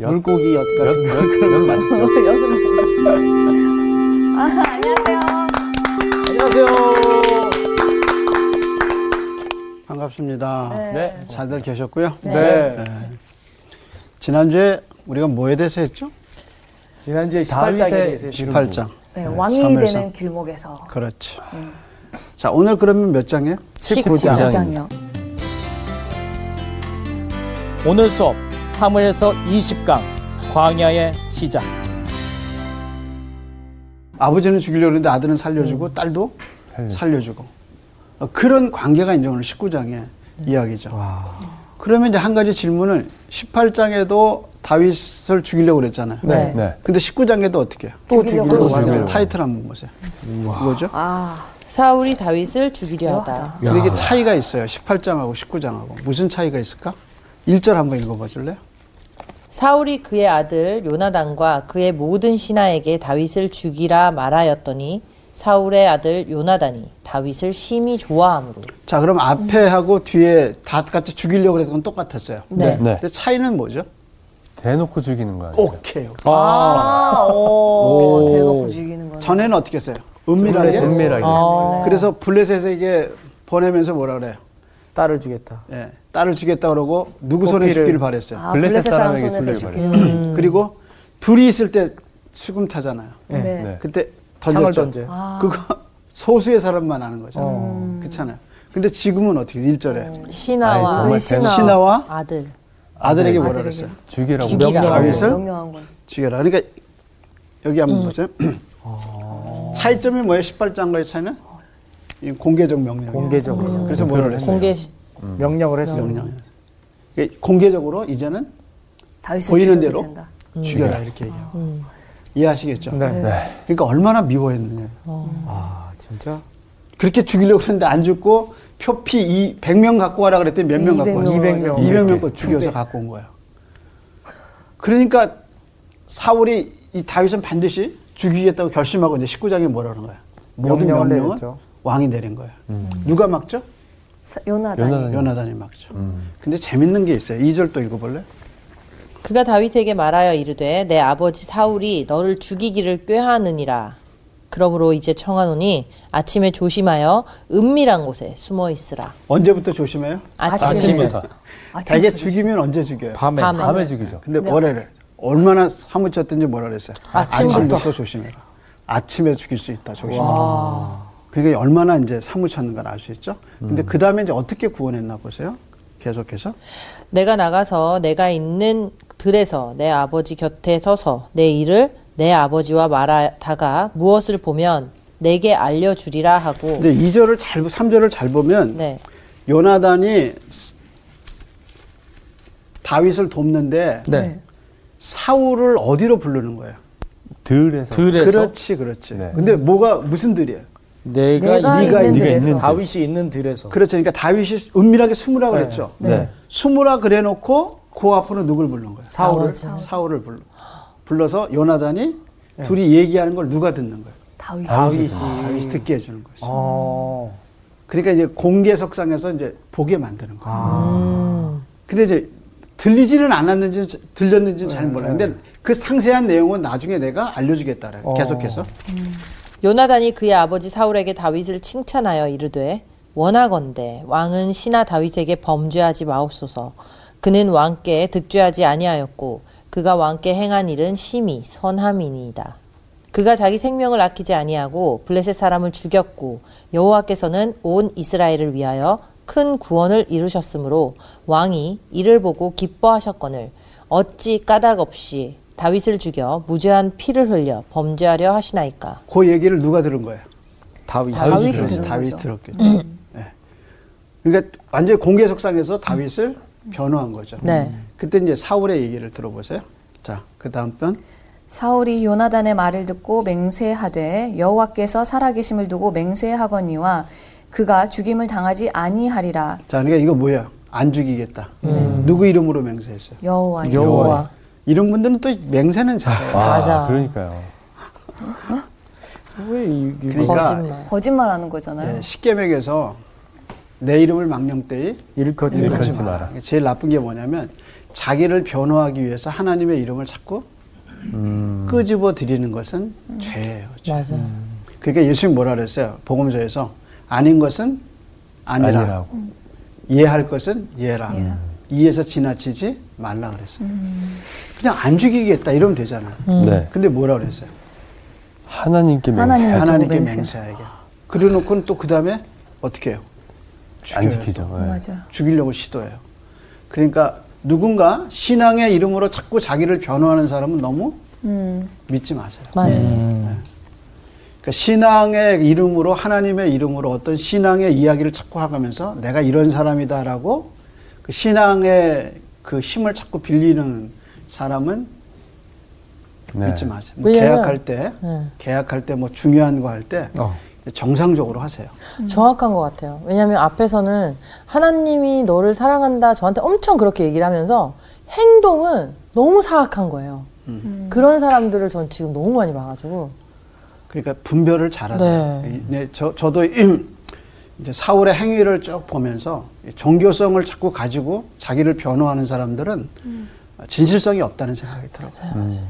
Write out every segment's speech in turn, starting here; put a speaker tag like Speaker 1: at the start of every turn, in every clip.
Speaker 1: 엿?
Speaker 2: 물고기 엿
Speaker 1: 몇,
Speaker 2: 같은
Speaker 1: 몇, 몇 맛있죠?
Speaker 3: 여섯 명. 아, 안녕하세요.
Speaker 1: 안녕하세요.
Speaker 2: 반갑습니다.
Speaker 1: 네.
Speaker 2: 잘들 계셨고요.
Speaker 1: 네.
Speaker 2: 지난주에 우리가 뭐에 대해서 했죠?
Speaker 4: 지난주에 18장에 대해서
Speaker 1: 다윗의
Speaker 4: 했죠.
Speaker 2: 18장.
Speaker 3: 네, 왕이
Speaker 2: 삼일사.
Speaker 3: 되는 길목에서
Speaker 2: 그렇지.
Speaker 3: 네.
Speaker 2: 자, 오늘 그러면 몇 장이에요?
Speaker 4: 19장. 오늘 수업 사무에서 20강 광야의 시작.
Speaker 2: 아버지는 죽이려고 했는데 아들은
Speaker 3: 음.
Speaker 2: 살려주고 딸도
Speaker 1: 살려주고.
Speaker 2: 살려주고. 어, 그런 관계가 이제 오늘 19장의
Speaker 3: 음.
Speaker 2: 이야기죠. 그러면 이제 한 가지 질문을 18장에도 다윗을 죽이려고 그랬잖아요.
Speaker 3: 네.
Speaker 1: 네.
Speaker 2: 근데 19장에도 어떻게 해요?
Speaker 3: 또 죽이려고
Speaker 1: 또
Speaker 3: 하죠.
Speaker 1: 죽이려고.
Speaker 2: 타이틀 한번 보세요. 뭐죠?
Speaker 3: 아,
Speaker 5: 사울이 다윗을 죽이려 하다.
Speaker 3: 묘하다.
Speaker 2: 근데 그러니까 이게 차이가 있어요. 18장하고 19장하고. 무슨 차이가 있을까? 1절 한번 읽어봐 줄래요?
Speaker 5: 사울이 그의 아들 요나단과 그의 모든 신하에게 다윗을 죽이라 말하였더니 사울의 아들 요나단이 다윗을 심히 좋아함으로.
Speaker 2: 자, 그럼 앞에하고 뒤에 다 같이 죽이려고 그랬던 건 똑같았어요.
Speaker 5: 네.
Speaker 1: 네.
Speaker 2: 근데 차이는 뭐죠?
Speaker 1: 대놓고 죽이는 거 아니에요?
Speaker 2: 오케이. 오케이.
Speaker 3: 아, 오, 대놓고 그 죽이는 거네.
Speaker 2: 전에는 어떻게 했어요? 은밀하게.
Speaker 4: 블레셋.
Speaker 1: 은밀하게.
Speaker 2: 아,
Speaker 5: 어.
Speaker 2: 그래서 블레셋에 이게 보내면서 뭐라 그래요?
Speaker 4: 딸을 주겠다.
Speaker 2: 예, 딸을 주겠다 그러고 누구 손에
Speaker 4: 포피를.
Speaker 2: 죽기를 바랬어요.
Speaker 3: 아,
Speaker 1: 블레셋
Speaker 3: 블레셋 사람
Speaker 1: 사람에게
Speaker 3: 손에서
Speaker 1: 죽이려고
Speaker 3: 죽이는
Speaker 2: 그리고 둘이 있을 때 수금 타잖아요.
Speaker 4: 네.
Speaker 3: 네.
Speaker 1: 네.
Speaker 2: 그때
Speaker 4: 창을
Speaker 2: 던졌죠.
Speaker 4: 던져요.
Speaker 3: 아.
Speaker 2: 그거 소수의 사람만 아는 거잖아요.
Speaker 3: 음.
Speaker 2: 그렇잖아요. 근데 지금은 어떻게 일절에
Speaker 1: 아이,
Speaker 5: 신하와
Speaker 1: 정말
Speaker 3: 신하.
Speaker 2: 신하와
Speaker 5: 아들.
Speaker 2: 아들에게 뭐라
Speaker 3: 아들에게.
Speaker 2: 그랬어요?
Speaker 1: 죽이라고 뭐
Speaker 5: 죽이라.
Speaker 1: 명령하고.
Speaker 2: 다윗을?
Speaker 3: 명령한 건.
Speaker 2: 죽여라. 그러니까 여기
Speaker 3: 음.
Speaker 2: 한번 보세요. 차이점이 뭐예요? 18장과의 차이는? 이 공개적 명령.
Speaker 4: 공개적으로
Speaker 3: 음.
Speaker 2: 그래서 뭐라 그랬어요? 음.
Speaker 5: 공개
Speaker 1: 네.
Speaker 4: 명령을 했어요.
Speaker 2: 명령. 이게 공개적으로 이제는
Speaker 3: 다윗을
Speaker 2: 보이는
Speaker 3: 보이는
Speaker 2: 대로
Speaker 3: 대로 된다.
Speaker 2: 죽여라 이렇게 얘기해요.
Speaker 3: 음.
Speaker 2: 이해하시겠죠?
Speaker 4: 네.
Speaker 1: 네.
Speaker 2: 그러니까 얼마나 미워했느냐.
Speaker 4: 아 진짜
Speaker 2: 그렇게 죽이려고 했는데 안 죽고 표피 이 100명 갖고 와라 그랬더니 몇 명 갖고 왔어요?
Speaker 4: 200 명. 네.
Speaker 2: 200명 거 죽여서 갖고 온 거예요. 그러니까 사울이 이 다윗은 반드시 죽이겠다고 결심하고 이제 19장에 뭐라는 거야? 모든
Speaker 4: 명령을
Speaker 2: 명령은
Speaker 4: 내렸죠.
Speaker 2: 왕이 내린 거예요. 누가 막죠?
Speaker 3: 사- 음. 요나단이. 음.
Speaker 1: 요나단이.
Speaker 2: 요나단이 막죠. 근데 재밌는 게 있어요. 2절 또 읽어볼래?
Speaker 5: 그가 다윗에게 말하여 이르되 내 아버지 사울이 너를 죽이기를 꾀하느니라. 그러므로 이제 청하노니 아침에 조심하여 은밀한 곳에 숨어 있으라.
Speaker 2: 언제부터 조심해요?
Speaker 5: 아침에
Speaker 4: 아침에
Speaker 1: 아침부터.
Speaker 2: 자, 이게
Speaker 3: 아침부터
Speaker 2: 죽이면 언제 죽여요?
Speaker 4: 밤에
Speaker 5: 밤에.
Speaker 1: 밤에 죽이죠.
Speaker 2: 근데 뭐래를 얼마나 사무쳤든지 뭐라 그랬어요?
Speaker 5: 네, 아침부터.
Speaker 2: 조심해라. 아침에 죽일 수 있다. 조심해라. 그러니까 얼마나 이제 사무쳤는가 알 수 있죠. 근데 그 다음에 이제 어떻게 구원했나 보세요. 계속해서
Speaker 5: 내가 나가서 내가 있는 들에서 내 아버지 곁에 서서 내 일을 내 아버지와 말하다가 무엇을 보면 내게 알려주리라 하고
Speaker 2: 근데 2절을 잘, 3절을 잘 보면
Speaker 5: 네.
Speaker 2: 요나단이 스- 다윗을 돕는데
Speaker 4: 네.
Speaker 2: 사울을 어디로 부르는 거예요?
Speaker 1: 들에서.
Speaker 4: 들에서
Speaker 2: 그렇지, 그렇지.
Speaker 1: 네.
Speaker 2: 근데 뭐가 무슨 들이에요?
Speaker 4: 내가,
Speaker 3: 내가
Speaker 4: 네가
Speaker 3: 있는
Speaker 4: 있는
Speaker 3: 데에서.
Speaker 4: 다윗이 있는 들에서
Speaker 2: 그렇죠. 그러니까 다윗이 은밀하게 숨으라 그랬죠.
Speaker 1: 네.
Speaker 2: 숨으라 그래놓고 그 앞으로 누굴 부른 거예요?
Speaker 4: 사울을.
Speaker 2: 사울을 불러. 불러서 요나단이 둘이 얘기하는 걸 누가 듣는 거예요?
Speaker 3: 다윗.
Speaker 4: 네. 다윗이
Speaker 2: 아, 다윗이 듣게 해주는 거죠.
Speaker 4: 어.
Speaker 2: 그러니까 이제 공개석상에서 이제 보게 만드는 거예요.
Speaker 4: 아.
Speaker 2: 근데 이제 들리지는 않았는지 들렸는지는
Speaker 4: 네.
Speaker 2: 잘 몰라요. 근데 그 상세한 내용은 나중에 내가 알려주겠다. 그래요.
Speaker 4: 어.
Speaker 2: 계속해서.
Speaker 5: 요나단이 그의 아버지 사울에게 다윗을 칭찬하여 이르되 원하건대 왕은 신하 다윗에게 범죄하지 마옵소서 그는 왕께 득죄하지 아니하였고 그가 왕께 행한 일은 심히 선함이니이다 그가 자기 생명을 아끼지 아니하고 블레셋 사람을 죽였고 여호와께서는 온 이스라엘을 위하여 큰 구원을 이루셨으므로 왕이 이를 보고 기뻐하셨거늘 어찌 까닭 없이 다윗을 죽여 무죄한 피를 흘려 범죄하려 하시나이까
Speaker 2: 그 얘기를 누가 들은 거예요?
Speaker 4: 다윗.
Speaker 3: 다윗이
Speaker 2: 그렇지,
Speaker 3: 듣는
Speaker 2: 다윗이
Speaker 3: 거죠.
Speaker 2: 들었겠죠. 예. 그러니까 완전히 공개석상에서 다윗을 변호한 거죠.
Speaker 5: 네.
Speaker 2: 그때 이제 사울의 얘기를 들어보세요. 자, 그 다음 편.
Speaker 6: 사울이 요나단의 말을 듣고 맹세하되 여호와께서 살아계심을 두고 맹세하거니와 그가 죽임을 당하지 아니하리라
Speaker 2: 자, 그러니까 이거 뭐야? 안 죽이겠다. 누구 이름으로 맹세했어요?
Speaker 6: 여호와여
Speaker 4: 여호와.
Speaker 2: 이런 분들은 또 맹세는 잘해요.
Speaker 1: 아,
Speaker 5: 맞아.
Speaker 1: 그러니까요.
Speaker 4: 왜 이, 이,
Speaker 2: 그러니까
Speaker 5: 거짓말
Speaker 6: 거짓말하는 거잖아요.
Speaker 2: 예, 십계명에서 내 이름을 망령되이
Speaker 4: 일컫지
Speaker 1: 일컫지
Speaker 2: 일컫지
Speaker 1: 마라.
Speaker 2: 마라. 제일 나쁜 게 뭐냐면 자기를 변호하기 위해서 하나님의 이름을 자꾸
Speaker 1: 음.
Speaker 2: 끄집어 드리는 것은 죄예요. 죄.
Speaker 5: 맞아.
Speaker 2: 그러니까 예수님 뭐라 그랬어요? 복음서에서 아닌 것은 아니라,
Speaker 1: 아니라고.
Speaker 2: 이해할 것은 예라. 이해해서 지나치지 말라 그랬어요. 그냥 안 죽이겠다 이러면 되잖아요.
Speaker 1: 네.
Speaker 2: 근데 뭐라 그랬어요?
Speaker 1: 하나님께
Speaker 6: 하나님.
Speaker 1: 맹세.
Speaker 6: 그렇죠,
Speaker 2: 하나님께
Speaker 6: 맹세.
Speaker 2: 맹세하게. 그래놓고는 또 그 다음에 어떻게 해요?
Speaker 1: 안
Speaker 2: 죽여요.
Speaker 1: 지키죠. 예.
Speaker 6: 맞아요.
Speaker 2: 죽이려고 시도해요. 그러니까 누군가 신앙의 이름으로 자꾸 자기를 변호하는 사람은 너무
Speaker 6: 음.
Speaker 2: 믿지 마세요.
Speaker 5: 맞아.
Speaker 4: 음.
Speaker 2: 그러니까 신앙의 이름으로 하나님의 이름으로 어떤 신앙의 이야기를 자꾸 하면서 내가 이런 사람이다라고 그 신앙의 그 힘을 자꾸 빌리는 사람은
Speaker 1: 네.
Speaker 2: 믿지 마세요. 뭐
Speaker 5: 왜냐면-
Speaker 2: 계약할 때,
Speaker 5: 네.
Speaker 2: 계약할 때 뭐 중요한 거 할 때
Speaker 4: 어.
Speaker 2: 정상적으로 하세요.
Speaker 5: 정확한 것 같아요. 왜냐하면 앞에서는 하나님이 너를 사랑한다 저한테 엄청 그렇게 얘기를 하면서 행동은 너무 사악한 거예요. 그런 사람들을 전 지금 너무 많이 봐가지고
Speaker 2: 그러니까 분별을 잘하세요.
Speaker 5: 네.
Speaker 2: 이제 저, 저도 이제 사울의 행위를 쭉 보면서 이 종교성을 자꾸 가지고 자기를 변호하는 사람들은 진실성이 없다는 생각이 들어요. 네.
Speaker 1: 음.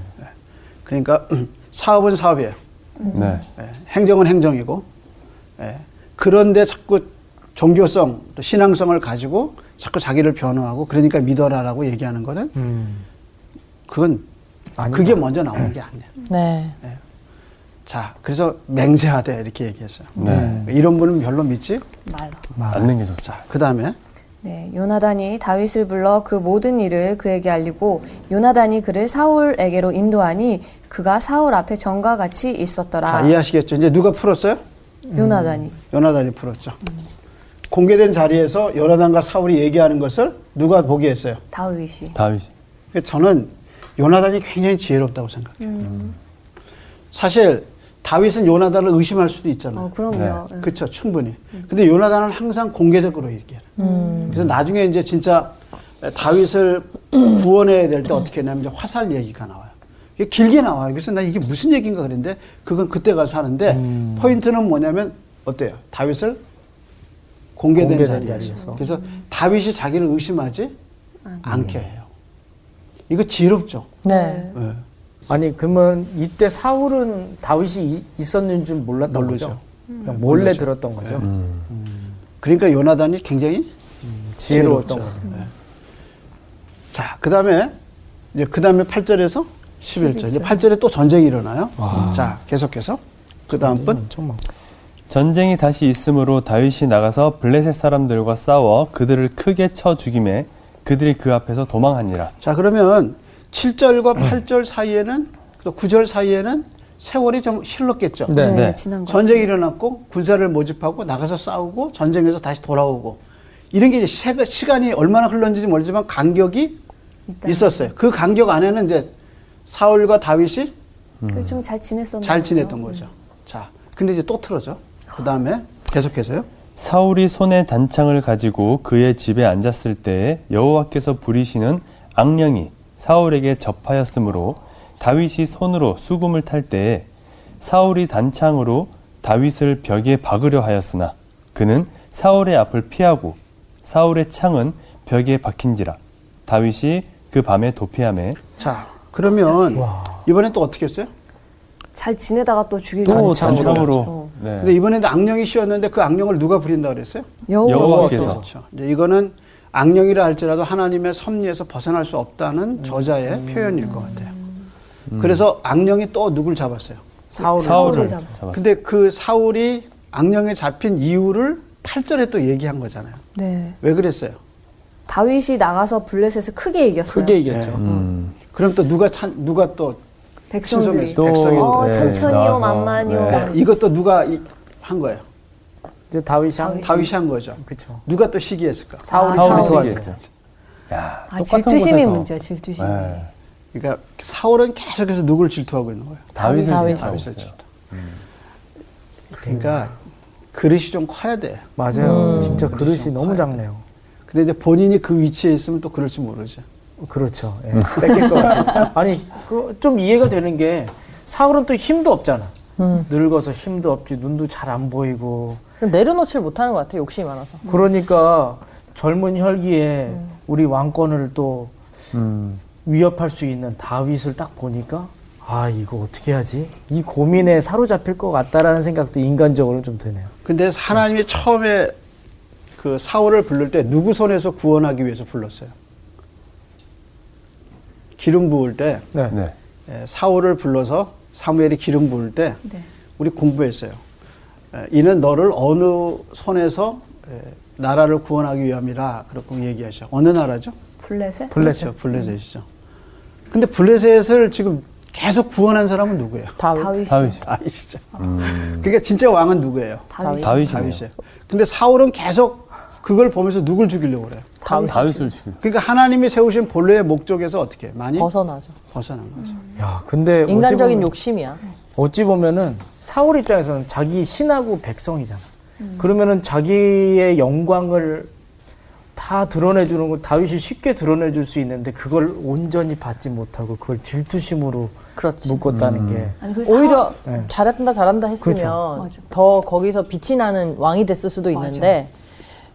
Speaker 2: 그러니까 사업은 사업이에요.
Speaker 1: 네.
Speaker 2: 예, 행정은 행정이고 예, 그런데 자꾸 종교성 또 신앙성을 가지고 자꾸 자기를 변호하고 그러니까 믿어라라고 얘기하는 거는
Speaker 4: 음.
Speaker 2: 그건
Speaker 4: 아니다.
Speaker 2: 그게 먼저 나오는 게 아니에요.
Speaker 5: 네.
Speaker 2: 자 그래서 맹세하되 이렇게 얘기했어요. 음,
Speaker 1: 네.
Speaker 2: 이런 분은 별로 믿지
Speaker 6: 말라.
Speaker 1: 안는 게 좋죠.
Speaker 2: 그 다음에
Speaker 6: 네, 요나단이 다윗을 불러 그 모든 일을 그에게 알리고 요나단이 그를 사울에게로 인도하니 그가 사울 앞에 전과 같이 있었더라.
Speaker 2: 자 이해하시겠죠? 이제 누가 풀었어요?
Speaker 6: 요나단이
Speaker 2: 요나단이 풀었죠. 공개된 자리에서 요나단과 사울이 얘기하는 것을 누가 보게 했어요?
Speaker 6: 다윗이
Speaker 1: 다윗이.
Speaker 2: 그래서 저는 요나단이 굉장히 지혜롭다고 생각해요.
Speaker 6: 음.
Speaker 2: 사실 다윗은 요나단을 의심할 수도 있잖아요.
Speaker 6: 어 그럼요. 예.
Speaker 2: 그렇죠, 충분히. 근데 요나단은 항상 공개적으로 얘기해요. 그래서 나중에 이제 진짜 다윗을 구원해야 될 때 어떻게 했냐면 이제 화살 얘기가 나와요. 이게 길게 나와요. 그래서 나 이게 무슨 얘기인가 그랬는데 그건 그때 가서 하는데 포인트는 뭐냐면 어때요? 다윗을 공개된
Speaker 4: 공개된
Speaker 2: 자리에서.
Speaker 4: 자리에서.
Speaker 2: 그래서 다윗이 자기를 의심하지 않게 해요. 이거 지혜롭죠.
Speaker 5: 네.
Speaker 2: 예.
Speaker 4: 아니 그러면 이때 사울은 다윗이 이- 있었는 줄 몰랐던
Speaker 2: 모르죠.
Speaker 4: 거죠? 그냥 몰래 들었던 거죠.
Speaker 1: 음.
Speaker 2: 그러니까 요나단이 굉장히
Speaker 4: 지혜로웠던 거죠.
Speaker 2: 자, 그 다음에, 이제 그 다음에 8절에서 11절. 이제 8절에 또 전쟁이 일어나요. 자, 계속해서. 그 다음 분.
Speaker 4: 엄청 많고.
Speaker 1: 전쟁이 다시 있으므로 다윗이 나가서 블레셋 사람들과 싸워 그들을 크게 쳐 죽임에 그들이 그 앞에서 도망하니라.
Speaker 2: 자, 그러면 7절과 8절 사이에는, 또 9절 사이에는 세월이 좀 실렀겠죠.
Speaker 4: 네,
Speaker 6: 네,
Speaker 1: 네.
Speaker 6: 지난 거.
Speaker 2: 전쟁이 일어났고, 군사를 모집하고, 나가서 싸우고, 전쟁에서 다시 돌아오고. 이런 게 이제 세- 시간이 얼마나 흘렀는지 모르지만 간격이
Speaker 6: 있다.
Speaker 2: 있었어요. 그 간격 안에는 이제 사울과 다윗이
Speaker 6: 그 좀잘 지냈었나?
Speaker 2: 잘
Speaker 6: 봐요.
Speaker 2: 지냈던 네. 거죠. 자, 근데 이제 또 틀어져. 그 다음에 계속해서요.
Speaker 1: 사울이 손에 단창을 가지고 그의 집에 앉았을 때에 여호와께서 부리시는 악령이 사울에게 접하였으므로 다윗이 손으로 수금을 탈 때에 사울이 단창으로 다윗을 벽에 박으려 하였으나 그는 사울의 앞을 피하고 사울의 창은 벽에 박힌지라 다윗이 그 밤에 도피함에
Speaker 2: 자, 그러면 이번엔 또 어떻게 했어요?
Speaker 6: 네. 잘 지내다가 또 죽이려.
Speaker 1: 또
Speaker 4: 단창으로.
Speaker 1: 단창으로
Speaker 2: 근데
Speaker 1: 네.
Speaker 2: 이번에는 악령이 씌웠는데 그 악령을 누가 부린다 그랬어요?
Speaker 1: 여호와께서
Speaker 2: 그렇죠. 이제 이거는 악령이라 할지라도 하나님의 섭리에서 벗어날 수 없다는 저자의 표현일 것 같아요.
Speaker 1: 음.
Speaker 2: 그래서 악령이 또 누굴 잡았어요?
Speaker 4: 사울은
Speaker 1: 사울을 잡았어요.
Speaker 2: 근데 그 사울이 악령에 잡힌 이유를 8절에 또 얘기한 거잖아요.
Speaker 6: 네.
Speaker 2: 왜 그랬어요?
Speaker 6: 다윗이 나가서 블레셋을 크게 이겼어요.
Speaker 4: 크게 이겼죠.
Speaker 1: 음.
Speaker 2: 그럼 또 누가 찬, 누가 또
Speaker 6: 백성들이
Speaker 2: 신성했죠. 백성이
Speaker 1: 또,
Speaker 2: 어,
Speaker 1: 예,
Speaker 7: 천천히요,
Speaker 1: 나와서,
Speaker 7: 만만히요.
Speaker 1: 네.
Speaker 2: 이것도 누가 이- 한 거예요?
Speaker 4: 이제 다윗이 한
Speaker 2: 다윗이 한 거죠.
Speaker 4: 그렇죠.
Speaker 2: 누가 또 시기했을까?
Speaker 4: 사울이
Speaker 1: 사울이
Speaker 4: 사울이 도와줬죠.
Speaker 1: 시기했죠. 예. 야,
Speaker 7: 아,
Speaker 1: 똑같은
Speaker 7: 질투심이
Speaker 1: 곳에서.
Speaker 7: 문제야, 질투심이.
Speaker 1: 네.
Speaker 2: 그러니까 사울은 계속해서 누굴 질투하고 있는 거예요?
Speaker 1: 다윗을
Speaker 5: 다윗을
Speaker 1: 다윗을
Speaker 2: 다윗을 음.
Speaker 1: 질투.
Speaker 2: 그러니까 그릇이 좀 커야 돼.
Speaker 4: 맞아요. 진짜 그릇이 너무 작네요.
Speaker 2: 근데 이제 본인이 그 위치에 있으면 또 그럴지 모르죠.
Speaker 4: 그렇죠. 예. 뺏길 것 같아요. 아니, 그, 좀 이해가 되는 게, 사울은 또 힘도 없잖아. 늙어서 힘도 없지, 눈도 잘 안 보이고.
Speaker 5: 내려놓지를 못하는 것 같아요. 욕심이 많아서. 음.
Speaker 4: 그러니까 젊은 혈기에 우리 왕권을 또
Speaker 1: 음.
Speaker 4: 위협할 수 있는 다윗을 딱 보니까 아 이거 어떻게 하지? 이 고민에 사로잡힐 것 같다라는 생각도 인간적으로 좀 드네요.
Speaker 2: 근데 하나님이 처음에 그 사울을 부를 때 누구 손에서 구원하기 위해서 불렀어요? 기름 부을 때
Speaker 4: 네.
Speaker 1: 네.
Speaker 2: 에, 사울을 불러서 사무엘이 기름 부을 때
Speaker 6: 네.
Speaker 2: 우리 공부했어요. 에, 이는 너를 어느 손에서 에, 나라를 구원하기 위함이라 그렇게 얘기하셔. 어느 나라죠?
Speaker 6: 블레셋?
Speaker 2: 그렇죠. 블레셋이죠. 근데 블레셋을 지금 계속 구원한 사람은 누구예요?
Speaker 5: 다윗.
Speaker 1: 다윗이.
Speaker 2: 아시죠? 그러니까 진짜 왕은 누구예요?
Speaker 6: 다윗.
Speaker 1: 음. 다윗이네요.
Speaker 2: 다윗이에요. 근데 사울은 계속 그걸 보면서 누굴 죽이려고 그래요?
Speaker 1: 다윗. 다윗을 죽이.
Speaker 2: 그러니까 하나님이 세우신 본래의 목적에서 어떻게 해요? 많이
Speaker 5: 벗어나죠.
Speaker 2: 벗어난 거죠.
Speaker 4: 야 근데 뭐 어찌
Speaker 5: 인간적인
Speaker 4: 보면-
Speaker 5: 욕심이야.
Speaker 4: 어찌 보면은 사울 입장에서는 자기 신하고 백성이잖아. 그러면은 자기의 영광을 다 드러내주는 걸 다윗이 쉽게 드러내줄 수 있는데 그걸 온전히 받지 못하고 그걸 질투심으로
Speaker 5: 그렇지.
Speaker 4: 묶었다는
Speaker 2: 음.
Speaker 4: 게
Speaker 6: 아니, 그 사울-
Speaker 5: 오히려
Speaker 4: 네.
Speaker 5: 잘한다 잘한다 했으면
Speaker 4: 그렇죠.
Speaker 5: 더 거기서 빛이 나는 왕이 됐을 수도 있는데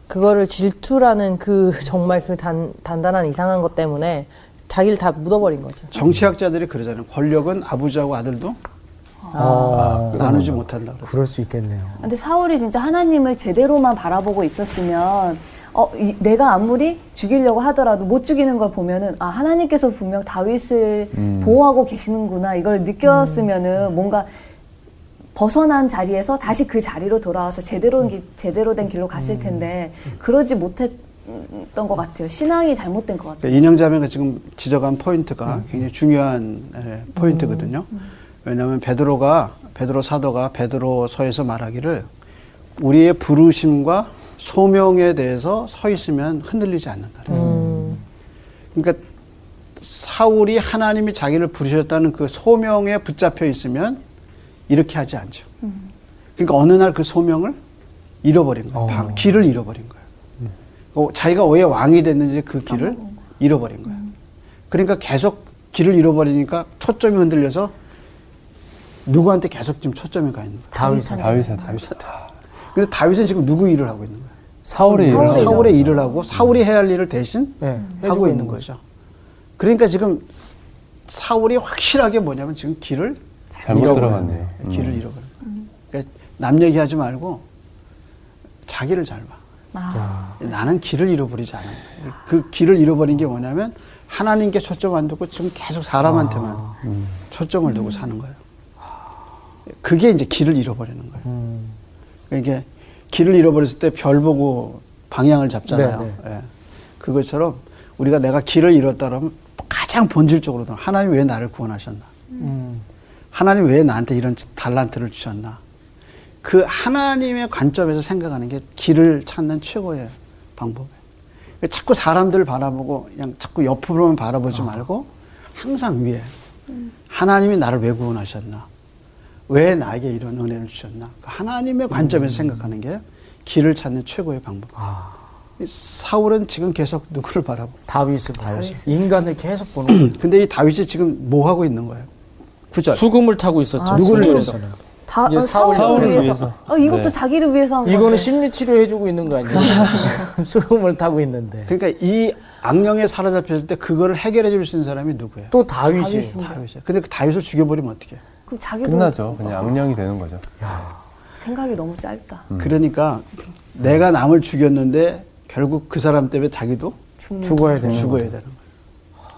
Speaker 5: 그거를 질투라는 그 정말 그 단, 단단한 이상한 것 때문에 자기를 다 묻어버린 거죠.
Speaker 2: 정치학자들이 그러잖아요. 권력은 아버지하고 아들도
Speaker 4: 아,
Speaker 2: 나누지 못한다. 그래요.
Speaker 4: 그럴 수 있겠네요.
Speaker 6: 근데 사울이 진짜 하나님을 제대로만 바라보고 있었으면 어, 이- 내가 아무리 죽이려고 하더라도 못 죽이는 걸 보면은 아 하나님께서 분명 다윗을 보호하고 계시는구나 이걸 느꼈으면은 뭔가 벗어난 자리에서 다시 그 자리로 돌아와서 제대로 기- 제대로 된 길로 갔을 텐데 그러지 못했던 것 같아요 신앙이 잘못된 것 같아요
Speaker 2: 그러니까 인형 자매가 지금 지적한 포인트가 굉장히 중요한 에, 포인트거든요. 왜냐하면 베드로가 베드로 사도가 베드로서에서 말하기를 우리의 부르심과 소명에 대해서 서 있으면 흔들리지 않는다. 그래요. 그러니까 사울이 하나님이 자기를 부르셨다는 그 소명에 붙잡혀 있으면 이렇게 하지 않죠. 그러니까 어느 날 그 소명을 잃어버린 거예요. 방, 길을 잃어버린 거예요. 어, 자기가 왜 왕이 됐는지 그 길을 잃어버린 거예요. 그러니까 계속 길을 잃어버리니까 초점이 흔들려서 누구한테 계속 지금 초점이 가 있는 거예요.
Speaker 4: 다윗
Speaker 1: 다윗이.
Speaker 2: 다윗한테. 근데 다윗은 지금 누구 일을 하고 있는 거예요?
Speaker 4: 사울의 일을
Speaker 2: 사울의,
Speaker 4: 하고
Speaker 2: 사울의 일을 하고 사울이 해야 할 일을 대신
Speaker 4: 네, 해주고
Speaker 2: 하고 있는 거죠. 그러니까 지금 사울이 확실하게 뭐냐면 지금 길을
Speaker 1: 잘못
Speaker 4: 잃어버렸네.
Speaker 1: 들어갔네요.
Speaker 2: 길을 잃어버린 거예요. 그러니까 남 얘기하지 말고 자기를 잘 봐.
Speaker 6: 아,
Speaker 2: 나는 길을 잃어버리지 않은 거예요. 그 길을 잃어버린 게 뭐냐면 하나님께 초점 안 두고 지금 계속 사람한테만 초점을 두고 사는 거예요. 그게 이제 길을 잃어버리는 거예요.
Speaker 4: 음.
Speaker 2: 그러니까 이게 길을 잃어버렸을 때 별 보고 방향을 잡잖아요.
Speaker 4: 네,
Speaker 2: 예. 그것처럼 우리가 내가 길을 잃었다 그러면 가장 본질적으로 하나님 왜 나를 구원하셨나?
Speaker 4: 음.
Speaker 2: 하나님 왜 나한테 이런 달란트를 주셨나? 그 하나님의 관점에서 생각하는 게 길을 찾는 최고의 방법이에요. 그러니까 자꾸 사람들 바라보고 그냥 자꾸 옆으로만 바라보지 말고 항상 위에 하나님이 나를 왜 구원하셨나? 왜 나에게 이런 은혜를 주셨나? 그 하나님의 관점에서 생각하는 게 길을 찾는 최고의 방법.
Speaker 4: 아,
Speaker 2: 이 사울은 지금 계속 누구를 바라보고
Speaker 4: 다윗을 다윗. 인간을 계속 보는 거예요.
Speaker 2: 근데 이 다윗이 지금 뭐 하고 있는 거예요? 음. 구절.
Speaker 4: 수금을 타고 있었죠.
Speaker 6: 아,
Speaker 4: 누구를
Speaker 6: 수금.
Speaker 4: 위해서는.
Speaker 6: 다
Speaker 4: 이제
Speaker 6: 어, 사울을,
Speaker 1: 사울을
Speaker 6: 위해서,
Speaker 1: 위해서.
Speaker 6: 어, 이것도
Speaker 1: 네.
Speaker 6: 자기를 위해서 한
Speaker 4: 이거는
Speaker 6: 건데.
Speaker 4: 심리 치료 해주고 있는 거 아니에요? 수금을 타고 있는데
Speaker 2: 그러니까 이 악령에 사로잡혔을 때 그거를 해결해 줄 수 있는 사람이 누구예요?
Speaker 4: 또 다윗이
Speaker 2: 다윗이에요. 근데 그 다윗을 죽여버리면 어떻게? 해요?
Speaker 6: 그럼 자기도
Speaker 1: 끝나죠. 그냥 악령이 되는 거죠.
Speaker 6: 생각이 너무 짧다
Speaker 4: 음.
Speaker 2: 그러니까
Speaker 4: 그렇죠.
Speaker 2: 내가 남을 죽였는데 결국 그 사람 때문에 자기도
Speaker 4: 죽어야 되는
Speaker 2: 죽어야
Speaker 4: 거죠.
Speaker 2: 되는 거예요.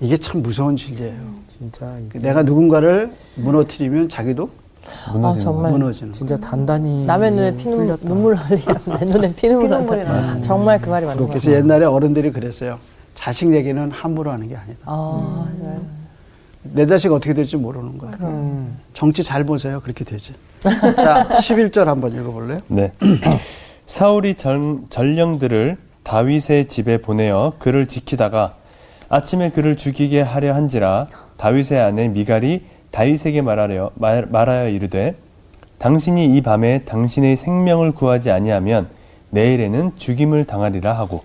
Speaker 2: 이게 참 무서운 진리예요.
Speaker 4: 음, 진짜 이게
Speaker 2: 내가 누군가를 무너뜨리면 자기도
Speaker 1: 무너지는
Speaker 5: 아, 정말.
Speaker 2: 무너지는 거예요.
Speaker 4: 네. 진짜 단단히
Speaker 5: 남의 눈에 피눈물 눈물 흘리면 내 눈에 피눈물
Speaker 6: 피눈물이
Speaker 5: 흘리면 정말 그 말이 맞는 거야.
Speaker 2: 그래서 옛날에 어른들이 그랬어요. 자식 얘기는 함부로 하는 게 아니다.
Speaker 5: 아,
Speaker 2: 내 자식 어떻게 될지 모르는 거예요.
Speaker 4: 음.
Speaker 2: 정치 잘 보세요. 그렇게 되지. 자, 11절 한번 읽어볼래요?
Speaker 1: 네. 사울이 전, 전령들을 다윗의 집에 보내어 그를 지키다가 아침에 그를 죽이게 하려 한지라 다윗의 아내 미갈이 다윗에게 말하려 말, 말하여 이르되 당신이 이 밤에 당신의 생명을 구하지 아니하면 내일에는 죽임을 당하리라 하고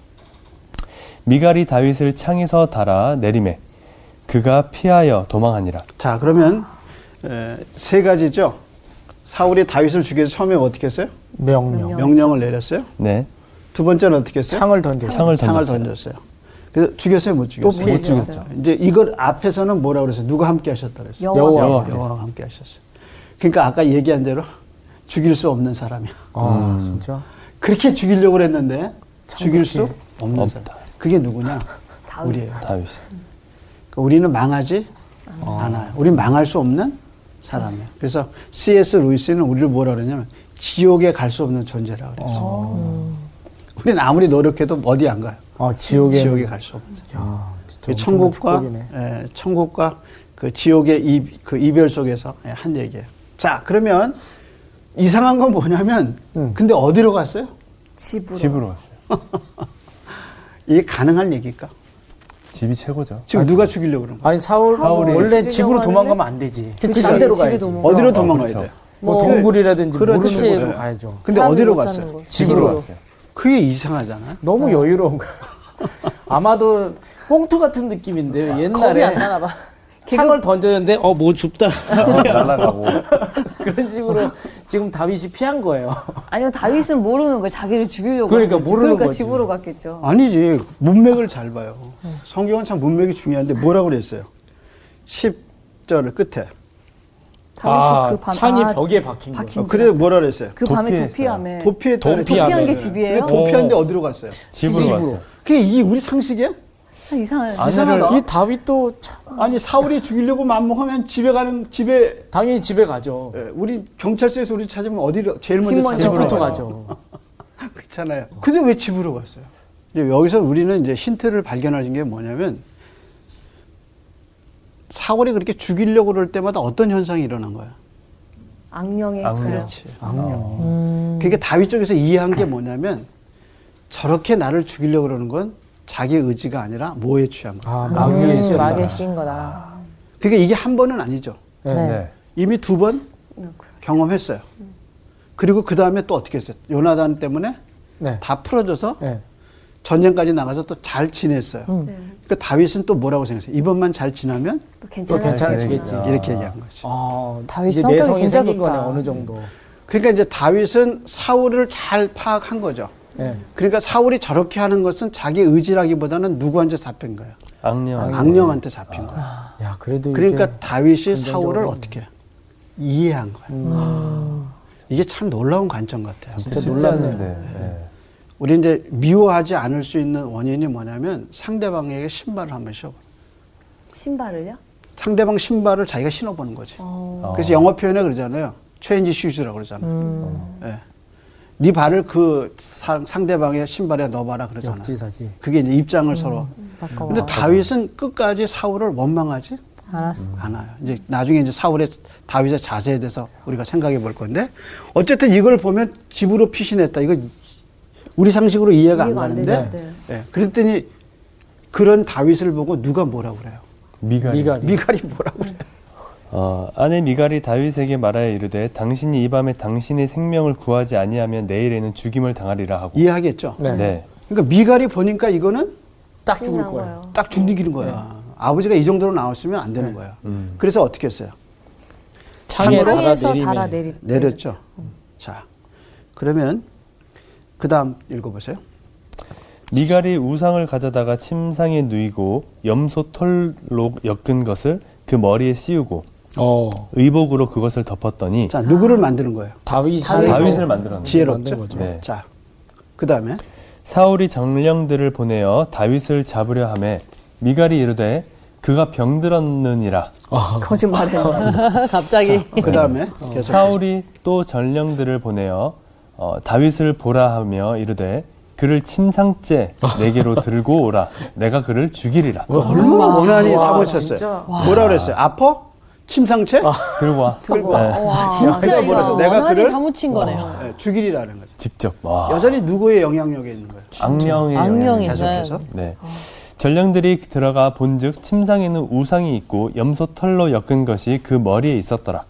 Speaker 1: 미갈이 다윗을 창에서 달아 내리매 그가 피하여 도망하니라
Speaker 2: 자, 그러면 에, 세 가지죠. 사울이 다윗을 죽여서 처음에 어떻게 했어요?
Speaker 4: 명령
Speaker 6: 명령.
Speaker 2: 명령을 내렸어요.
Speaker 1: 네
Speaker 2: 두 번째는 어떻게 했어요?
Speaker 4: 창을 던져
Speaker 1: 창을
Speaker 2: 창을
Speaker 1: 던졌어요
Speaker 2: 던졌어요. 그래서 죽였어요, 못 죽였어요?
Speaker 1: 못 죽였어요.
Speaker 2: 이제 이걸 앞에서는 뭐라 그랬어요? 누가 함께 하셨다 그랬어요?
Speaker 6: 여호와께서.
Speaker 4: 여호와.
Speaker 2: 여호와가 함께 하셨어요. 그러니까 아까 얘기한 대로 죽일 수 없는 사람이야.
Speaker 4: 아 진짜.
Speaker 2: 그렇게 죽이려고 그랬는데 죽일 수 없는
Speaker 1: 없다.
Speaker 2: 사람. 그게 누구냐?
Speaker 6: 다윗.
Speaker 2: 우리예요.
Speaker 1: 다윗.
Speaker 2: 그러니까 우리는 망하지 않아요. 우리는 망할 수 없는 사람이에요. 그래서 C.S. 루이스는 우리를 뭐라 그러냐면 지옥에 갈 수 없는 존재라 그래요.
Speaker 4: 어.
Speaker 2: 음. 우리는 아무리 노력해도 어디 안 가요.
Speaker 4: 아 지옥에.
Speaker 2: 지옥에 갈 수 없는.
Speaker 4: 야, 진짜
Speaker 2: 그
Speaker 4: 엄청난
Speaker 2: 천국과
Speaker 4: 축복이네.
Speaker 2: 예, 천국과 그 지옥의 이, 그 이별 속에서 예, 한 얘기예요. 자, 그러면 이상한 건 뭐냐면
Speaker 4: 음.
Speaker 2: 근데 어디로 갔어요?
Speaker 6: 집으로.
Speaker 1: 집으로 갔어요.
Speaker 2: 이게 가능한 얘기일까?
Speaker 1: 집이 최고죠.
Speaker 4: 아,
Speaker 2: 지금 누가 죽이려고 그런 거야?
Speaker 4: 아니 사울
Speaker 6: 사울이
Speaker 4: 원래
Speaker 6: 죽이려고
Speaker 4: 집으로
Speaker 6: 하는데?
Speaker 4: 도망가면 안 되지.
Speaker 5: 그치.
Speaker 4: 반대로
Speaker 5: 집에
Speaker 4: 가야지.
Speaker 5: 도망가.
Speaker 2: 어디로
Speaker 5: 어,
Speaker 2: 도망가야
Speaker 1: 그렇죠.
Speaker 2: 돼요?
Speaker 4: 뭐 아, 동굴이라든지 모르는
Speaker 2: 그렇지.
Speaker 5: 그치.
Speaker 4: 곳으로 가야죠.
Speaker 2: 근데
Speaker 5: 사는
Speaker 2: 어디로
Speaker 5: 곳, 사는
Speaker 2: 갔어요?
Speaker 5: 곳.
Speaker 4: 집으로
Speaker 1: 갔어요.
Speaker 2: 그게 이상하잖아요.
Speaker 4: 너무
Speaker 5: 어.
Speaker 4: 여유로운 거야. 아마도 꽁투 같은 느낌인데
Speaker 5: 겁이 안
Speaker 4: 옛날에
Speaker 5: 나나 봐.
Speaker 4: 창을 던졌는데 어 뭐 줍다
Speaker 1: 날아가고.
Speaker 4: 그런 식으로 지금 다윗이 피한 거예요.
Speaker 6: 아니면 다윗은 모르는 거예요. 자기를 죽이려고.
Speaker 4: 그러니까
Speaker 6: 하는지.
Speaker 4: 모르는
Speaker 6: 그러니까
Speaker 4: 거지.
Speaker 6: 집으로 갔겠죠.
Speaker 2: 아니지. 문맥을 잘 봐요. 성경은 참 문맥이 중요한데 뭐라고 그랬어요? 10절을 끝에. 아,
Speaker 6: 다윗이
Speaker 4: 아,
Speaker 6: 그 밤,
Speaker 4: 창이
Speaker 6: 아,
Speaker 4: 벽에 박힌 거.
Speaker 6: 박힌
Speaker 2: 그래
Speaker 6: 그,
Speaker 2: 뭐라 그랬어요?
Speaker 6: 그 밤에
Speaker 1: 도피했어요.
Speaker 6: 도피함에.
Speaker 2: 도피에 따라
Speaker 4: 도피하네.
Speaker 6: 도피한 게
Speaker 2: 근데
Speaker 6: 집이에요?
Speaker 2: 도피하는데 어디로 갔어요?
Speaker 1: 집으로
Speaker 4: 집으로.
Speaker 1: 갔어요.
Speaker 2: 그게 이 우리 상식이야?
Speaker 6: 아, 이상해.
Speaker 4: 네.
Speaker 2: 이상하다.
Speaker 4: 이 다윗도 참
Speaker 2: 아니 사울이 죽이려고 마음먹으면 집에 가는 집에
Speaker 4: 당연히 집에 가죠.
Speaker 2: 에, 우리 경찰서에서 우리 찾으면 어디로 제일
Speaker 6: 집
Speaker 2: 먼저
Speaker 6: 먼저.
Speaker 4: 집부터
Speaker 2: 찾아요?
Speaker 6: 집으로
Speaker 4: 가죠.
Speaker 2: 그렇잖아요. 근데 왜 집으로 갔어요? 이제 여기서 우리는 이제 힌트를 발견하는 게 뭐냐면 사울이 그렇게 죽이려고 그럴 때마다 어떤 현상이 일어난 거야?
Speaker 6: 악령의
Speaker 1: 악령.
Speaker 6: 그래요.
Speaker 2: 그렇지. 아.
Speaker 4: 악령.
Speaker 2: 음. 그게 다윗 쪽에서 이해한 게 뭐냐면 저렇게 나를 죽이려고 그러는 건 자기 의지가 아니라 뭐에 취한 거야.
Speaker 4: 아 마귀의
Speaker 5: 음,
Speaker 4: 씨앗이다.
Speaker 5: 막에 씌인 거다.
Speaker 2: 그게 이게 한 번은 아니죠.
Speaker 4: 네.
Speaker 5: 네.
Speaker 1: 네.
Speaker 2: 이미 두 번 경험했어요. 그리고 그 다음에 또 어떻게 했어요? 요나단 때문에
Speaker 4: 네.
Speaker 2: 다 풀어져서
Speaker 4: 네. 음.
Speaker 2: 전쟁까지 나가서 또 잘 지냈어요.
Speaker 6: 네.
Speaker 2: 그 다윗은 또 뭐라고 생각했어요? 이번만 잘 지나면
Speaker 6: 또
Speaker 4: 또
Speaker 6: 괜찮아요.
Speaker 4: 괜찮겠지.
Speaker 1: 아.
Speaker 2: 이렇게 얘기한 거죠.
Speaker 4: 아,
Speaker 5: 다윗
Speaker 4: 이제
Speaker 5: 성격이
Speaker 4: 내성이
Speaker 5: 진짜
Speaker 4: 생긴
Speaker 5: 좋다.
Speaker 4: 거네 어느 정도.
Speaker 2: 그러니까 이제 다윗은 사울을 잘 파악한 거죠.
Speaker 4: 네.
Speaker 2: 그러니까 사울이 저렇게 하는 것은 자기 의지라기보다는 누구한테 잡힌 거예요?
Speaker 1: 악령.
Speaker 2: 악령한테 잡힌 거예요.
Speaker 4: 야 그래도
Speaker 2: 그러니까
Speaker 4: 아, 네. 이게
Speaker 2: 다윗이
Speaker 4: 긍정적으로
Speaker 2: 사울을 어떻게 이해한 거예요. 이게 참 놀라운 관점 같아요.
Speaker 1: 진짜
Speaker 4: 음. 진짜
Speaker 1: 놀랐는데.
Speaker 4: 놀랍네요.
Speaker 1: 네.
Speaker 2: 우리 이제 미워하지 않을 수 있는 원인이 뭐냐면 상대방에게 신발을 한번 신어.
Speaker 6: 신발을요?
Speaker 2: 상대방 신발을 자기가 신어보는 거지. 그래서 영어 표현에 그러잖아요. 체인지 슈즈라고 그러잖아요. 예. 네 발을 그 사- 상대방의 신발에 넣어봐라 그러잖아요.
Speaker 4: 역지사지.
Speaker 2: 그게 이제 입장을 서로.
Speaker 5: 바꿔봐.
Speaker 2: 근데 다윗은 끝까지 사울을 원망하지
Speaker 5: 아, 알았어.
Speaker 2: 않아요. 이제 나중에 이제 사울의 다윗의 자세에 대해서 우리가 생각해 볼 건데 어쨌든 이걸 보면 집으로 피신했다. 이거 우리 상식으로 이해가,
Speaker 6: 이해가
Speaker 2: 안
Speaker 6: 안
Speaker 2: 가는데.
Speaker 6: 되죠. 네.
Speaker 2: 예. 그랬더니 그런 다윗을 보고 누가 뭐라 그래요?
Speaker 1: 미갈이.
Speaker 4: 미갈이.
Speaker 2: 미갈이 뭐라 그래요?
Speaker 1: 어, 아내 미갈이 다윗에게 말하여 이르되 당신이 이 밤에 당신의 생명을 구하지 아니하면 내일에는 죽임을 당하리라
Speaker 2: 예.
Speaker 1: 하고.
Speaker 2: 이해하겠죠?
Speaker 4: 네.
Speaker 1: 네.
Speaker 2: 그러니까 미갈이 보니까 이거는
Speaker 4: 딱 죽을
Speaker 6: 끝난
Speaker 4: 거예요.
Speaker 2: 딱 죽이는 거야. 아버지가 이 정도로 나왔으면 안
Speaker 4: 네.
Speaker 2: 되는 거야.
Speaker 1: 음.
Speaker 2: 그래서 어떻게 했어요?
Speaker 4: 창에
Speaker 6: 창에서
Speaker 4: 달아내리네. 음.
Speaker 6: 달아내리.
Speaker 2: 내렸죠. 자, 그러면 그 다음 읽어보세요.
Speaker 1: 미갈이 우상을 가져다가 침상에 누이고 염소 털로 엮은 것을 그 머리에 씌우고
Speaker 4: 어
Speaker 1: 의복으로 그것을 덮었더니
Speaker 2: 자, 누구를 만드는 거예요?
Speaker 4: 다윗이 아,
Speaker 1: 다윗을 만들었네.
Speaker 4: 만든
Speaker 2: 지혜롭죠.
Speaker 4: 거죠.
Speaker 1: 네.
Speaker 2: 자, 그 다음에
Speaker 1: 사울이 정령들을 보내어 다윗을 잡으려 하매 미갈이 이르되 그가 병들었느니라.
Speaker 6: 네,
Speaker 4: 아,
Speaker 6: 거짓말해요.
Speaker 5: 갑자기.
Speaker 4: 네.
Speaker 2: 그 다음에
Speaker 4: 어.
Speaker 2: 계속
Speaker 1: 사울이 또 전령들을 보내어 어, 다윗을 보라 하며 이르되 그를 침상째 내게로 들고 오라. 내가 그를 죽이리라.
Speaker 2: 얼마나 원한이
Speaker 4: 와, 아,
Speaker 2: 사고쳤어요.
Speaker 4: 진짜.
Speaker 2: 뭐라 그랬어요? 아파? 침상체?
Speaker 1: 들고 와. 네,
Speaker 6: 와,
Speaker 5: 진짜
Speaker 2: 내가
Speaker 5: 이거
Speaker 2: 뭐라도 내가
Speaker 5: 원한이
Speaker 2: 그를-
Speaker 5: 다 묻힌 거네요.
Speaker 2: 네, 죽이리라는 거죠.
Speaker 1: 직접. 와.
Speaker 2: 여전히 누구의 영향력에 있는 거예요?
Speaker 1: 악령의
Speaker 5: 악령이
Speaker 1: 영향이
Speaker 2: 계속해서.
Speaker 1: 네. 전령들이 들어가 본즉 침상에는 우상이 있고 염소 털로 엮은 것이 그 머리에 있었더라.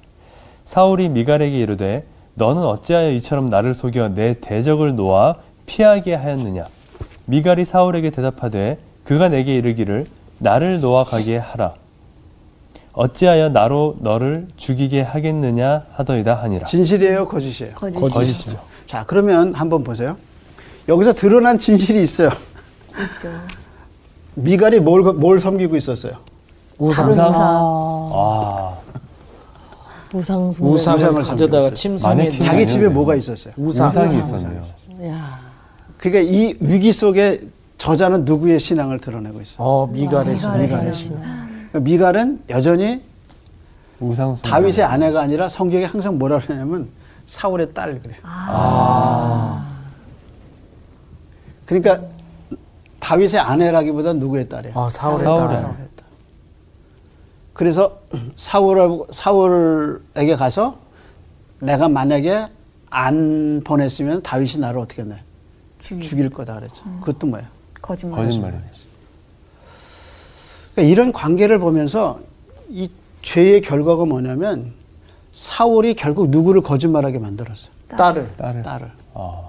Speaker 1: 사울이 미갈에게 이르되 너는 어찌하여 이처럼 나를 속여 내 대적을 놓아 피하게 하였느냐. 미갈이 사울에게 대답하되 그가 내게 이르기를 나를 놓아 가게 하라. 어찌하여 나로 너를 죽이게 하겠느냐 하더이다 하니라.
Speaker 2: 진실이에요, 거짓이에요?
Speaker 6: 거짓.
Speaker 1: 거짓이죠.
Speaker 2: 자, 그러면 한번 보세요. 여기서 드러난 진실이 있어요.
Speaker 6: 있죠.
Speaker 2: 미갈이 뭘, 뭘 섬기고 있었어요?
Speaker 5: 다른
Speaker 1: 우상?
Speaker 5: 우상.
Speaker 1: 아,
Speaker 5: 우상 숭배.
Speaker 2: 우상을
Speaker 7: 우상을 가져다가
Speaker 2: 섬기고 있어요.
Speaker 7: 침상에
Speaker 1: 마네킹.
Speaker 2: 자기 집에
Speaker 1: 아니요.
Speaker 2: 뭐가 있었어요?
Speaker 7: 우상.
Speaker 1: 우상이 있었네요.
Speaker 5: 야.
Speaker 2: 그러니까 이 위기 속에 저자는 누구의 신앙을 드러내고 있어요?
Speaker 7: 어 미갈의 신.
Speaker 5: 우상의 신앙.
Speaker 2: 그러니까 미갈은 여전히
Speaker 1: 우상 숭배.
Speaker 2: 다윗의 아내가 아니라 성경에 항상 뭐라 그러냐면 사울의 딸 그래.
Speaker 4: 아.
Speaker 2: 요 아. 그러니까 다윗의 아내라기보다 누구의 딸이야?
Speaker 4: 아, 사울의
Speaker 1: 사울의
Speaker 4: 딸.
Speaker 2: 사울의 딸. 그래서 사울하고 사울에게 가서 내가 만약에 안 보냈으면 다윗이 나를 어떻게 했나요?
Speaker 4: 음.
Speaker 2: 죽일 거다 그랬죠. 그것도 뭐예요?
Speaker 6: 거짓말.
Speaker 1: 거짓말이네.
Speaker 2: 그러니까 이런 관계를 보면서 이 죄의 결과가 뭐냐면 사울이 결국 누구를 거짓말하게 만들었어요.
Speaker 4: 딸을.
Speaker 1: 딸을.
Speaker 2: 딸을.
Speaker 1: 아,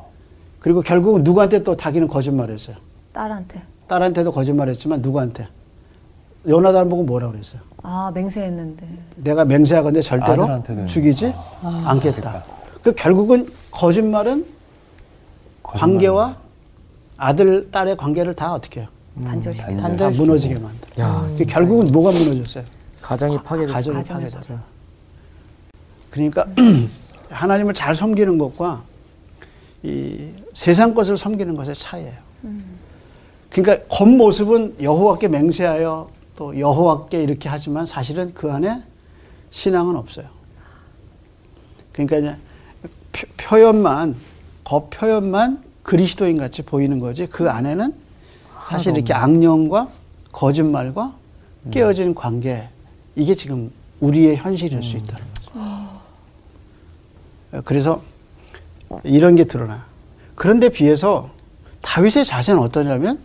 Speaker 2: 그리고 결국 누구한테 또 자기는 거짓말했어요.
Speaker 6: 딸한테.
Speaker 2: 딸한테도 거짓말했지만 누구한테? 요나단 보고 뭐라 그랬어요?
Speaker 6: 아 맹세했는데.
Speaker 2: 내가 맹세하건대 절대로
Speaker 1: 아들한테는.
Speaker 2: 죽이지 않겠다. 그 결국은 거짓말은 관계와 아들 딸의 관계를 다 어떻게 해요?
Speaker 6: 단절시켜.
Speaker 2: 다
Speaker 1: 단절.
Speaker 2: 무너지게 만들.
Speaker 7: 야,
Speaker 2: 그 결국은 뭐가 무너졌어요?
Speaker 7: 가정이 파괴됐어.
Speaker 2: 가정이 파괴됐어요. 그러니까 하나님을 잘 섬기는 것과 이 세상 것을 섬기는 것의 차이예요. 그러니까 겉모습은 여호와께 맹세하여 또 여호와께 이렇게 하지만 사실은 그 안에 신앙은 없어요. 그러니까 이제 표- 표현만 겉표현만 그리스도인 같이 보이는 거지 그 안에는 사실 이렇게 악령과 거짓말과 깨어진 관계 이게 지금 우리의 현실일 수 있다는 거죠. 그래서 이런 게 드러나. 그런데 비해서 다윗의 자세는 어떠냐면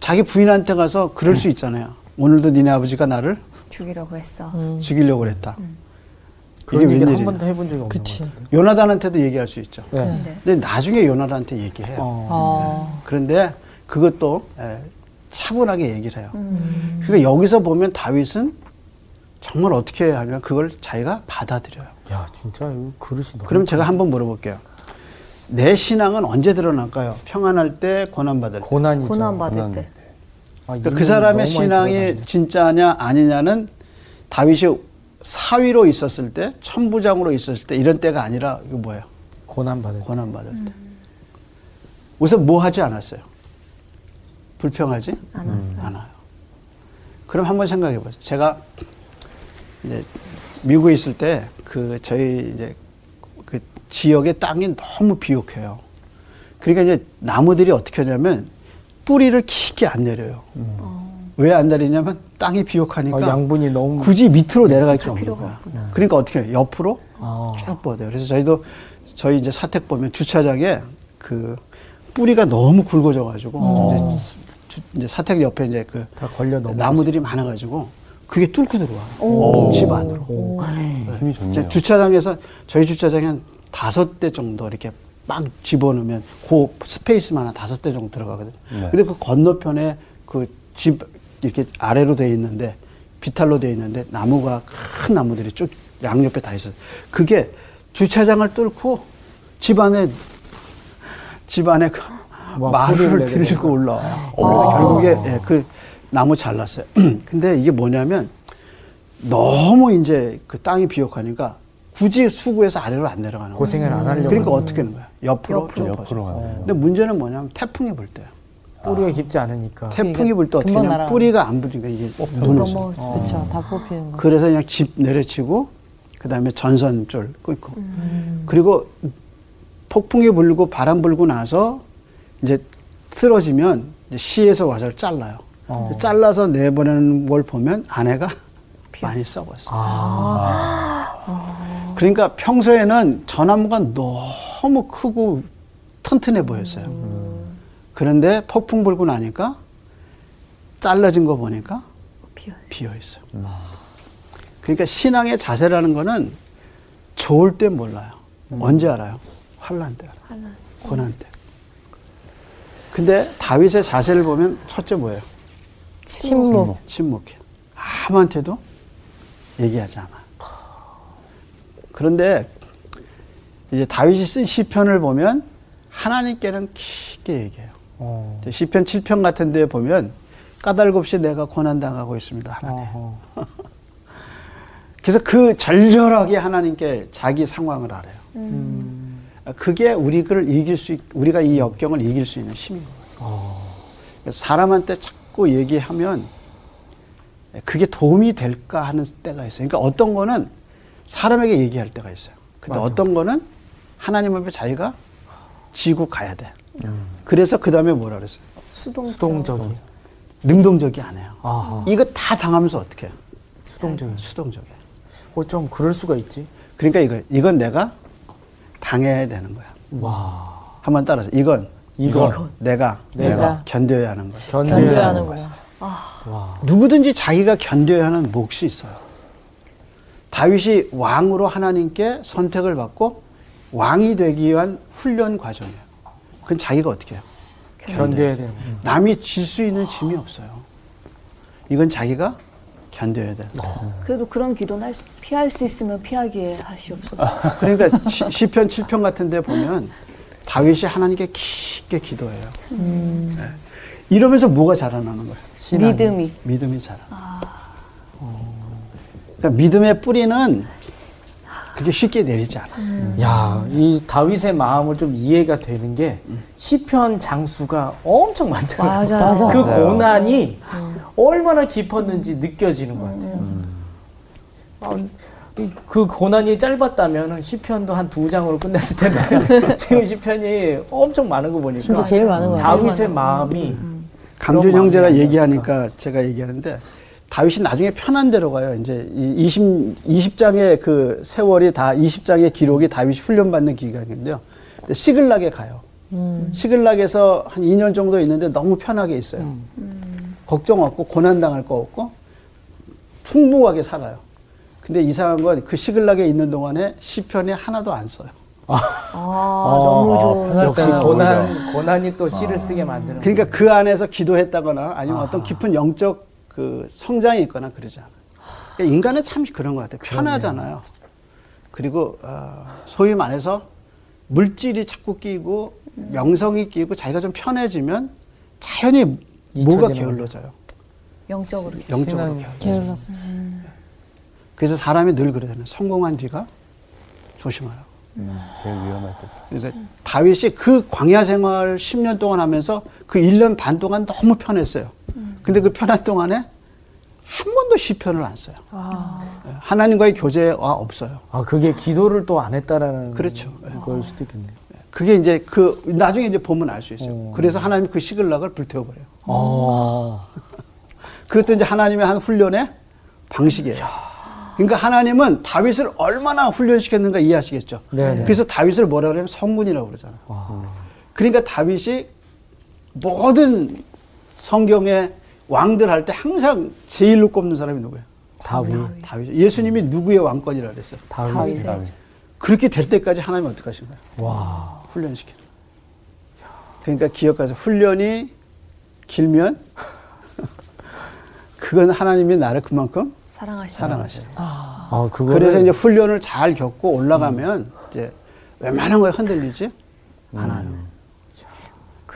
Speaker 2: 자기 부인한테 가서 그럴
Speaker 7: 음.
Speaker 2: 수 있잖아요. 오늘도 니네 아버지가 나를
Speaker 6: 죽이려고 했어.
Speaker 2: 죽이려고 그랬다.
Speaker 7: 음. 그런 얘기를 한
Speaker 2: 웬일이냐.
Speaker 7: 번도 해본 적이 없는 것
Speaker 2: 음.
Speaker 7: 같아요.
Speaker 2: 요나단한테도 얘기할 수 있죠.
Speaker 7: 네.
Speaker 2: 근데 나중에 요나단한테 얘기해요.
Speaker 7: 어.
Speaker 2: 음.
Speaker 5: 아.
Speaker 2: 그런데 그것도 에, 차분하게 얘기를 해요.
Speaker 7: 음.
Speaker 2: 그러니까 여기서 보면 다윗은 정말 어떻게 하면 그걸 자기가 받아들여요.
Speaker 7: 야, 진짜 이 그릇이 너무.
Speaker 2: 그럼 제가 한번 물어볼게요. 내 신앙은 언제 드러날까요? 평안할 때, 고난받을 때.
Speaker 7: 고난이죠.
Speaker 6: 고난 받을
Speaker 1: 고난
Speaker 6: 때.
Speaker 7: 아,
Speaker 2: 그러니까
Speaker 7: 이름이
Speaker 2: 그 사람의
Speaker 7: 너무 많이
Speaker 2: 신앙이
Speaker 7: 들어가네.
Speaker 2: 진짜냐 아니냐는 다윗이 사위로 있었을 때, 천부장으로 있었을 때 이런 때가 아니라 이거 뭐예요?
Speaker 7: 고난 받을 때.
Speaker 2: 고난받을 때. 우선 뭐 하지 않았어요? 불평하지
Speaker 6: 안 왔어.
Speaker 2: 않아요. 그럼 한번 생각해 보세요. 제가 이제 미국에 있을 때 그 저희 이제 그 지역의 땅이 너무 비옥해요. 그러니까 이제 나무들이 어떻게 하냐면 뿌리를 깊게 안 내려요. 왜 안 내리냐면 땅이 비옥하니까
Speaker 7: 아, 양분이 너무
Speaker 2: 굳이 밑으로 내려갈 게 없는 거야. 그러니까 어떻게 해요? 옆으로
Speaker 7: 아.
Speaker 2: 쭉 뻗어요. 그래서 저희도 저희 이제 사택 보면 주차장에 그 뿌리가 너무 굵어져가지고 이제, 주- 이제 사택 옆에 이제 그
Speaker 7: 다 걸려 넘어.
Speaker 2: 나무들이 많아가지고 그게 뚫고 들어와
Speaker 1: 오.
Speaker 2: 집 안으로.
Speaker 1: 음. 힘이
Speaker 2: 이제
Speaker 1: 좋네요.
Speaker 2: 주차장에서 저희 주차장에 한 다섯 대 정도 이렇게 막 집어넣으면 그 스페이스만 한 다섯 대 정도 들어가거든.
Speaker 1: 네.
Speaker 2: 요 근데 그 건너편에 그 집 이렇게 아래로 돼 있는데 비탈로 돼 있는데 나무가 큰 나무들이 쭉 양옆에 다 있어. 그게 주차장을 뚫고 집 안에 집 안에 그
Speaker 7: 와,
Speaker 2: 마루를
Speaker 7: 뿌리를 내려가는
Speaker 2: 들고 올라와요.
Speaker 1: 어.
Speaker 2: 그래서 결국에 예, 그 나무 잘랐어요. 근데 이게 뭐냐면 너무 이제 그 땅이 비옥하니까 굳이 수구에서 아래로 안 내려가는 거예요.
Speaker 7: 고생을 안 하려고
Speaker 2: 그러니까
Speaker 7: 하는
Speaker 2: 어떻게 하는 거야? 옆으로, 쭉
Speaker 1: 옆으로
Speaker 2: 퍼져서.
Speaker 1: 가네요.
Speaker 2: 근데 문제는 뭐냐면 태풍이 불 때요.
Speaker 7: 뿌리가 깊지 않으니까.
Speaker 2: 태풍이 불 때 어떻게
Speaker 5: 금방
Speaker 2: 하냐면
Speaker 5: 날아가요.
Speaker 2: 뿌리가 안 부니까 이게 무너져.
Speaker 6: 넘어.
Speaker 5: 그렇죠. 다 뽑히는 거.
Speaker 2: 그래서 그냥 집 내려치고 그다음에 전선줄 끊고 그리고 폭풍이 불고 바람 불고 나서 이제 쓰러지면 이제 시에서 와서 잘라요.
Speaker 7: 어.
Speaker 2: 잘라서 내보내는 걸 보면 아내가 많이 썩었어. 그러니까 평소에는 전나무가 너무 크고 튼튼해 보였어요. 그런데 폭풍 불고 나니까 잘라진 거 보니까
Speaker 6: 비어.
Speaker 2: 비어 있어요. 아. 그러니까 신앙의 자세라는 거는 좋을 때 몰라요. 언제 알아요? 환란 때 알아요. 고난 때. 근데 다윗의 자세를 보면 첫째 뭐예요? 뭐?
Speaker 5: 침묵.
Speaker 2: 침묵해. 아무한테도 얘기하지 않아. 그런데 이제 다윗이 쓴 시편을 보면 하나님께는 깊게 얘기해요.
Speaker 7: 어.
Speaker 2: 이제 시편 7편 같은 데 보면 까닭없이 내가 고난당하고 있습니다. 하나님.
Speaker 7: 어허.
Speaker 2: 그래서 그 절절하게 하나님께 자기 상황을 알아요. 그게 우리를 이길 수, 있- 우리가 이 역경을 이길 수 있는 힘인 거예요. 그래서 사람한테 자꾸 얘기하면 그게 도움이 될까 하는 때가 있어요. 그러니까 어떤 거는 사람에게 얘기할 때가 있어요. 근데 어떤 거는 하나님 앞에 자기가 지고 가야 돼. 그래서 그 다음에 뭐라 그랬어요?
Speaker 6: 수동
Speaker 7: 수동적이.
Speaker 2: 능동적이 안 해요.
Speaker 7: 아하.
Speaker 2: 이거 다 당하면서 어떻게 해요?
Speaker 7: 수동적이.
Speaker 2: 수동적이에요.
Speaker 7: 어쩜 그럴 수가 있지?
Speaker 2: 그러니까 이거, 이건 내가 당해야 되는 거야.
Speaker 7: 와.
Speaker 2: 한번 따라서 이건
Speaker 7: 이건.
Speaker 2: 내가 내가,
Speaker 5: 내가.
Speaker 2: 견뎌야 하는 거야.
Speaker 5: 견뎌야
Speaker 4: 네.
Speaker 7: 견뎌야
Speaker 5: 하는
Speaker 7: 하는
Speaker 5: 거야.
Speaker 7: 와.
Speaker 2: 누구든지 자기가 견뎌야 하는 몫이 있어요. 다윗이 왕으로 하나님께 선택을 받고 왕이 되기 위한 훈련 과정이에요. 그건 자기가 어떻게 해요?
Speaker 7: 견뎌야 되는 거야.
Speaker 2: 남이 질 수 있는 짐이 없어요. 이건 자기가 견뎌야 돼.
Speaker 6: 그래도 그런 기도는 할 수- 피할 수 있으면 피하기에 하시옵소서.
Speaker 2: 그러니까 시- 시편 7편 같은 데 보면 다윗이 하나님께 깊게 기도해요. 네. 이러면서 뭐가 자라나는 거예요?
Speaker 5: 네.
Speaker 6: 믿음이.
Speaker 2: 믿음이 자라. 그러니까 믿음의 뿌리는 그게 쉽게 내리지 않아.
Speaker 7: 야, 이 다윗의 마음을 좀 이해가 되는 게 시편 장수가 엄청 많잖아요.
Speaker 6: 맞아요. 어. 맞아요.
Speaker 7: 그
Speaker 1: 맞아요.
Speaker 7: 고난이 얼마나 깊었는지 느껴지는 것 같아요.
Speaker 6: 음.
Speaker 7: 아, 이- 그 고난이 짧았다면 시편도 한 두 장으로 끝냈을 텐데 지금 시편이 엄청 많은 거 보니까
Speaker 5: 진짜 제일 많은 거 같아요.
Speaker 7: 다윗의 마음이
Speaker 2: 강준
Speaker 7: 그런
Speaker 2: 형제가
Speaker 7: 마음이
Speaker 2: 얘기하니까 제가 얘기하는데 다윗이 나중에 편한 대로 가요. 이제 이 20, 20장의 그 세월이 다 20장의 기록이 다윗이 훈련받는 기간인데요. 근데 시글락에 가요.
Speaker 7: 음.
Speaker 2: 시글락에서 한 2년 정도 있는데 너무 편하게 있어요.
Speaker 7: 음.
Speaker 2: 음. 걱정 없고 고난당할 거 없고 풍부하게 살아요. 근데 이상한 건 그 시글락에 있는 동안에 시편에 하나도 안 써요.
Speaker 6: 아, 너무 좋은.
Speaker 7: 역시
Speaker 1: 어, 편할 때는
Speaker 7: 고난 고난이 또 시를 쓰게 만드는
Speaker 2: 그러니까 그 안에서 기도했다거나 아니면 어떤 깊은 영적 그 성장이 있거나 그러지 않아요. 그러니까 인간은 참 그런 것 같아요. 편하잖아요. 그리고 어, 소위 말해서 물질이 자꾸 끼고
Speaker 7: 음.
Speaker 2: 명성이 끼고 자기가 좀 편해지면 자연히 뭐가
Speaker 7: 잊혀지는
Speaker 2: 게을러져요.
Speaker 6: 영적으로.
Speaker 2: 영적으로
Speaker 7: 신앙이.
Speaker 2: 게을러.
Speaker 5: 게을렀지.
Speaker 2: 그래서 사람이 늘 그러잖아요. 성공한 뒤가 조심하라고.
Speaker 1: 제일 위험할 때죠.
Speaker 2: 그래서 다윗이 그 광야 생활 10년 동안 하면서 그 1년 반 동안 너무 편했어요. 근데 그 편한 동안에 한 번도 시편을 안 써요. 예, 하나님과의 교제가 없어요.
Speaker 7: 아 그게 기도를 또 안 했다라는
Speaker 2: 그렇죠.
Speaker 7: 걸 수도 있겠네요.
Speaker 2: 예, 그게 이제 그 나중에 이제 보면 알 수 있어요. 그래서 하나님 그 시글락을 불태워버려요.
Speaker 7: 어.
Speaker 2: 그것도 이제 하나님의 한 훈련의 방식이에요. 그러니까 하나님은 다윗을 얼마나 훈련시켰는가 이해하시겠죠.
Speaker 7: 네네.
Speaker 2: 그래서 다윗을 뭐라 그러면 성군이라고 그러잖아요. 그러니까 다윗이 모든 성경의 왕들 할 때 항상 제일로 꼽는 사람이 누구예요?
Speaker 7: 다윗.
Speaker 2: 다윗. 예수님이 누구의 왕권이라 그랬어요?
Speaker 7: 다윗.
Speaker 1: 다윗.
Speaker 2: 그렇게 될 때까지 하나님이 어떻게 하신 거예요?
Speaker 7: 와.
Speaker 2: 훈련시키는 거예요. 그러니까 기억하세요. 훈련이 길면 그건 하나님이 나를 그만큼
Speaker 6: 사랑하시는
Speaker 2: 사랑하시는 거예요.
Speaker 7: 아 그거를
Speaker 2: 그래서 이제 훈련을 잘 겪고 올라가면 이제 웬만한 거에 흔들리지 않아요.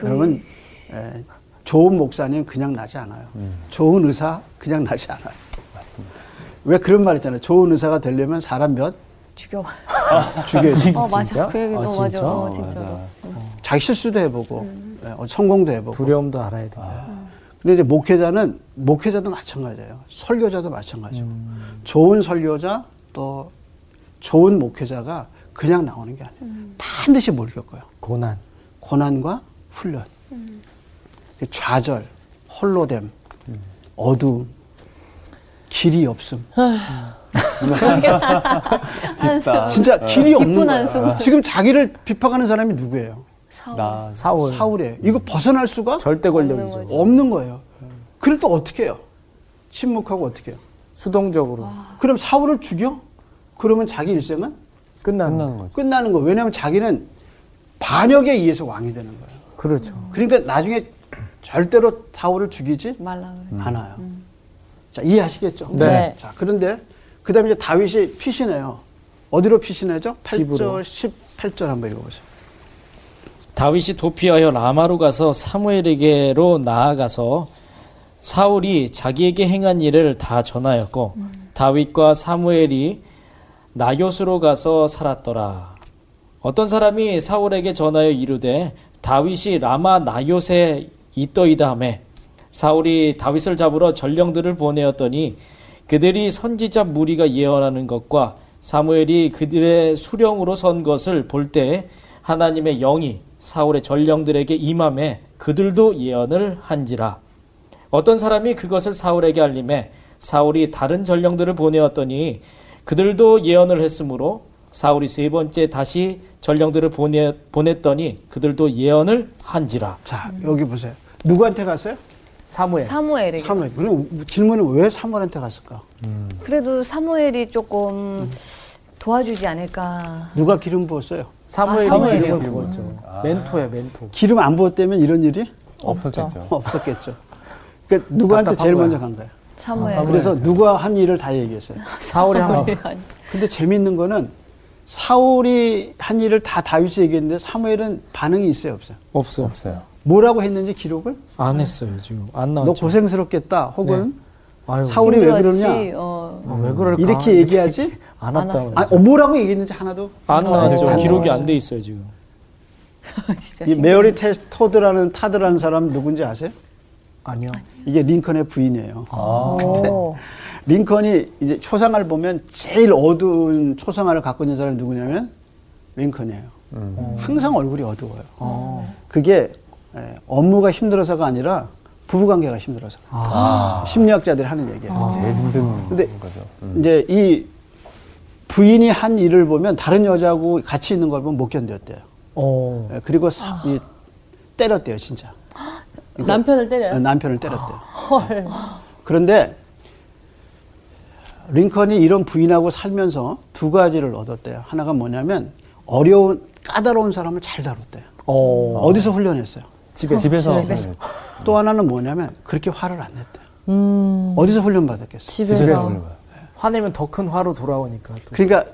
Speaker 2: 여러분 에, 좋은 목사님 그냥 나지 않아요. 좋은 의사 그냥 나지 않아요. 음. 맞습니다. 왜 그런 말 있잖아요. 좋은 의사가 되려면 사람 몇
Speaker 6: 죽여.
Speaker 2: 죽여야지.
Speaker 6: 어 맞아.
Speaker 7: 진짜?
Speaker 6: 그 얘기
Speaker 7: 아,
Speaker 6: 너
Speaker 7: 진짜?
Speaker 6: 맞아. 어,
Speaker 7: 아,
Speaker 6: 진짜로.
Speaker 2: 자기 실수도 해보고 예, 어, 성공도 해보고.
Speaker 7: 두려움도 알아야 돼. 요
Speaker 2: 근데 이제 목회자는 목회자도 마찬가지예요. 설교자도 마찬가지고 좋은 설교자 또 좋은 목회자가 그냥 나오는 게 아니에요. 반드시 뭘 겪어요.
Speaker 7: 고난.
Speaker 2: 고난과 훈련,
Speaker 6: 음.
Speaker 2: 좌절, 홀로됨, 어두움, 길이 없음.
Speaker 6: 아.
Speaker 2: 진짜 길이 없는
Speaker 6: 깊은
Speaker 2: 거야.
Speaker 6: 한숨.
Speaker 2: 지금 자기를 비판하는 사람이 누구예요?
Speaker 4: 아,
Speaker 1: 나
Speaker 7: 사울.
Speaker 2: 사울이에요. 이거
Speaker 6: 음.
Speaker 2: 벗어날 수가
Speaker 7: 절대 권력이죠.
Speaker 2: 없는 거예요. 그럼 또 어떻게 해요? 침묵하고 어떻게 해요?
Speaker 7: 수동적으로
Speaker 2: 그럼 사울을 죽여? 그러면 자기 일생은
Speaker 7: 끝나는.
Speaker 1: 끝나는 거죠.
Speaker 2: 끝나는 거예요. 왜냐하면 자기는 반역에 의해서 왕이 되는 거예요.
Speaker 7: 그렇죠.
Speaker 6: 음.
Speaker 2: 그러니까 나중에 절대로 사울을 죽이지
Speaker 6: 말라 그래.
Speaker 2: 않아요. 자, 이해하시겠죠?
Speaker 7: 네.
Speaker 5: 네.
Speaker 2: 자, 그런데 그 다음에 이제 다윗이 피신해요. 어디로 피신하죠? 8절,
Speaker 7: 집으로.
Speaker 2: 18절 한번 읽어보세요.
Speaker 4: 다윗이 도피하여 라마로 가서 사무엘에게로 나아가서 사울이 자기에게 행한 일을 다 전하였고
Speaker 6: 음.
Speaker 4: 다윗과 사무엘이 나교수로 가서 살았더라. 어떤 사람이 사울에게 전하여 이르되 다윗이 라마 나요세 있더이다 하매 사울이 다윗을 잡으러 전령들을 보내었더니 그들이 선지자 무리가 예언하는 것과 사무엘이 그들의 수령으로 선 것을 볼 때 하나님의 영이 사울의 전령들에게 임함에 그들도 예언을 한지라 어떤 사람이 그것을 사울에게 알림해 사울이 다른 전령들을 보내었더니 그들도 예언을 했으므로 사울이 세 번째 다시 전령들을 보내, 보냈더니 그들도 예언을 한지라
Speaker 2: 자, 여기 보세요. 누구한테 갔어요?
Speaker 4: 사무엘
Speaker 6: 사무엘에게.
Speaker 2: 사무엘. 그럼 질문은 왜 사무엘한테 갔을까?
Speaker 6: 그래도 사무엘이 조금 도와주지 않을까.
Speaker 2: 누가 기름 부었어요? 아, 음.
Speaker 4: 사무엘이
Speaker 6: 사무엘이요.
Speaker 4: 기름을 부었죠 아. 멘토예요 멘토
Speaker 2: 기름 안 부었다면 이런 일이
Speaker 1: 네. 없었겠죠.
Speaker 2: 없었겠죠. 그러니까 누구한테
Speaker 4: 답답한
Speaker 2: 제일
Speaker 4: 거야.
Speaker 2: 먼저 간 거예요.
Speaker 6: 사무엘.
Speaker 2: 그래서 누가 한 일을 다 얘기했어요.
Speaker 4: 사울이 한 거.
Speaker 2: 근데 재밌는 거는 사울이 한 일을 다 다윗이 얘기했는데 사무엘은 반응이 있어요, 없어요?
Speaker 4: 없어요
Speaker 1: 없어요.
Speaker 2: 뭐라고 했는지 기록을
Speaker 4: 안 했어요 지금 안
Speaker 2: 너
Speaker 4: 나왔죠 네.
Speaker 2: 고생스럽겠다 혹은
Speaker 4: 그렇죠. 아유,
Speaker 2: 사울이 왜
Speaker 6: 힘들었지,
Speaker 2: 그러냐
Speaker 6: 어.
Speaker 4: 아, 왜 그럴까
Speaker 2: 이렇게 얘기하지
Speaker 4: 안
Speaker 6: 안
Speaker 4: 왔다고
Speaker 2: 아, 어, 뭐라고 얘기했는지 하나도
Speaker 4: 안 나왔죠
Speaker 2: 안
Speaker 4: 기록이
Speaker 2: 나왔어요.
Speaker 4: 안 돼 있어요 지금
Speaker 6: 진짜
Speaker 4: 네.
Speaker 2: 이 메어리 테스 토드라는 타드라는 사람 누군지 아세요?
Speaker 4: 아니요 아.
Speaker 2: 이게 링컨의 부인이에요.
Speaker 8: 오.
Speaker 2: 링컨이 이제 초상화를 보면 제일 어두운 초상화를 갖고 있는 사람이 누구냐면 링컨이에요.
Speaker 1: 음.
Speaker 2: 항상 얼굴이 어두워요. 그게 에, 업무가 힘들어서가 아니라 부부관계가 힘들어서. 심리학자들이 하는 얘기예요.
Speaker 1: 제일 힘든
Speaker 2: 근데
Speaker 1: 거죠. 음.
Speaker 2: 이제 이 부인이 한 일을 보면 다른 여자하고 같이 있는 걸 보면 못 견뎠대요.
Speaker 4: 어.
Speaker 2: 예, 그리고 사- 이, 때렸대요, 진짜.
Speaker 5: 남편을 때려요?
Speaker 2: 어, 남편을 때렸대요. 예. 그런데 링컨이 이런 부인하고 살면서 두 가지를 얻었대요. 하나가 뭐냐면 어려운 까다로운 사람을 잘 다뤘대요.
Speaker 4: 어.
Speaker 2: 어디서 훈련했어요?
Speaker 1: 집에, 집에서.
Speaker 2: 또 하나는 뭐냐면 그렇게 화를 안 냈대요. 어디서 훈련 받았겠어요?
Speaker 1: 집에서.
Speaker 5: 집에서.
Speaker 4: 화내면 더 큰 화로 돌아오니까 또.
Speaker 2: 그러니까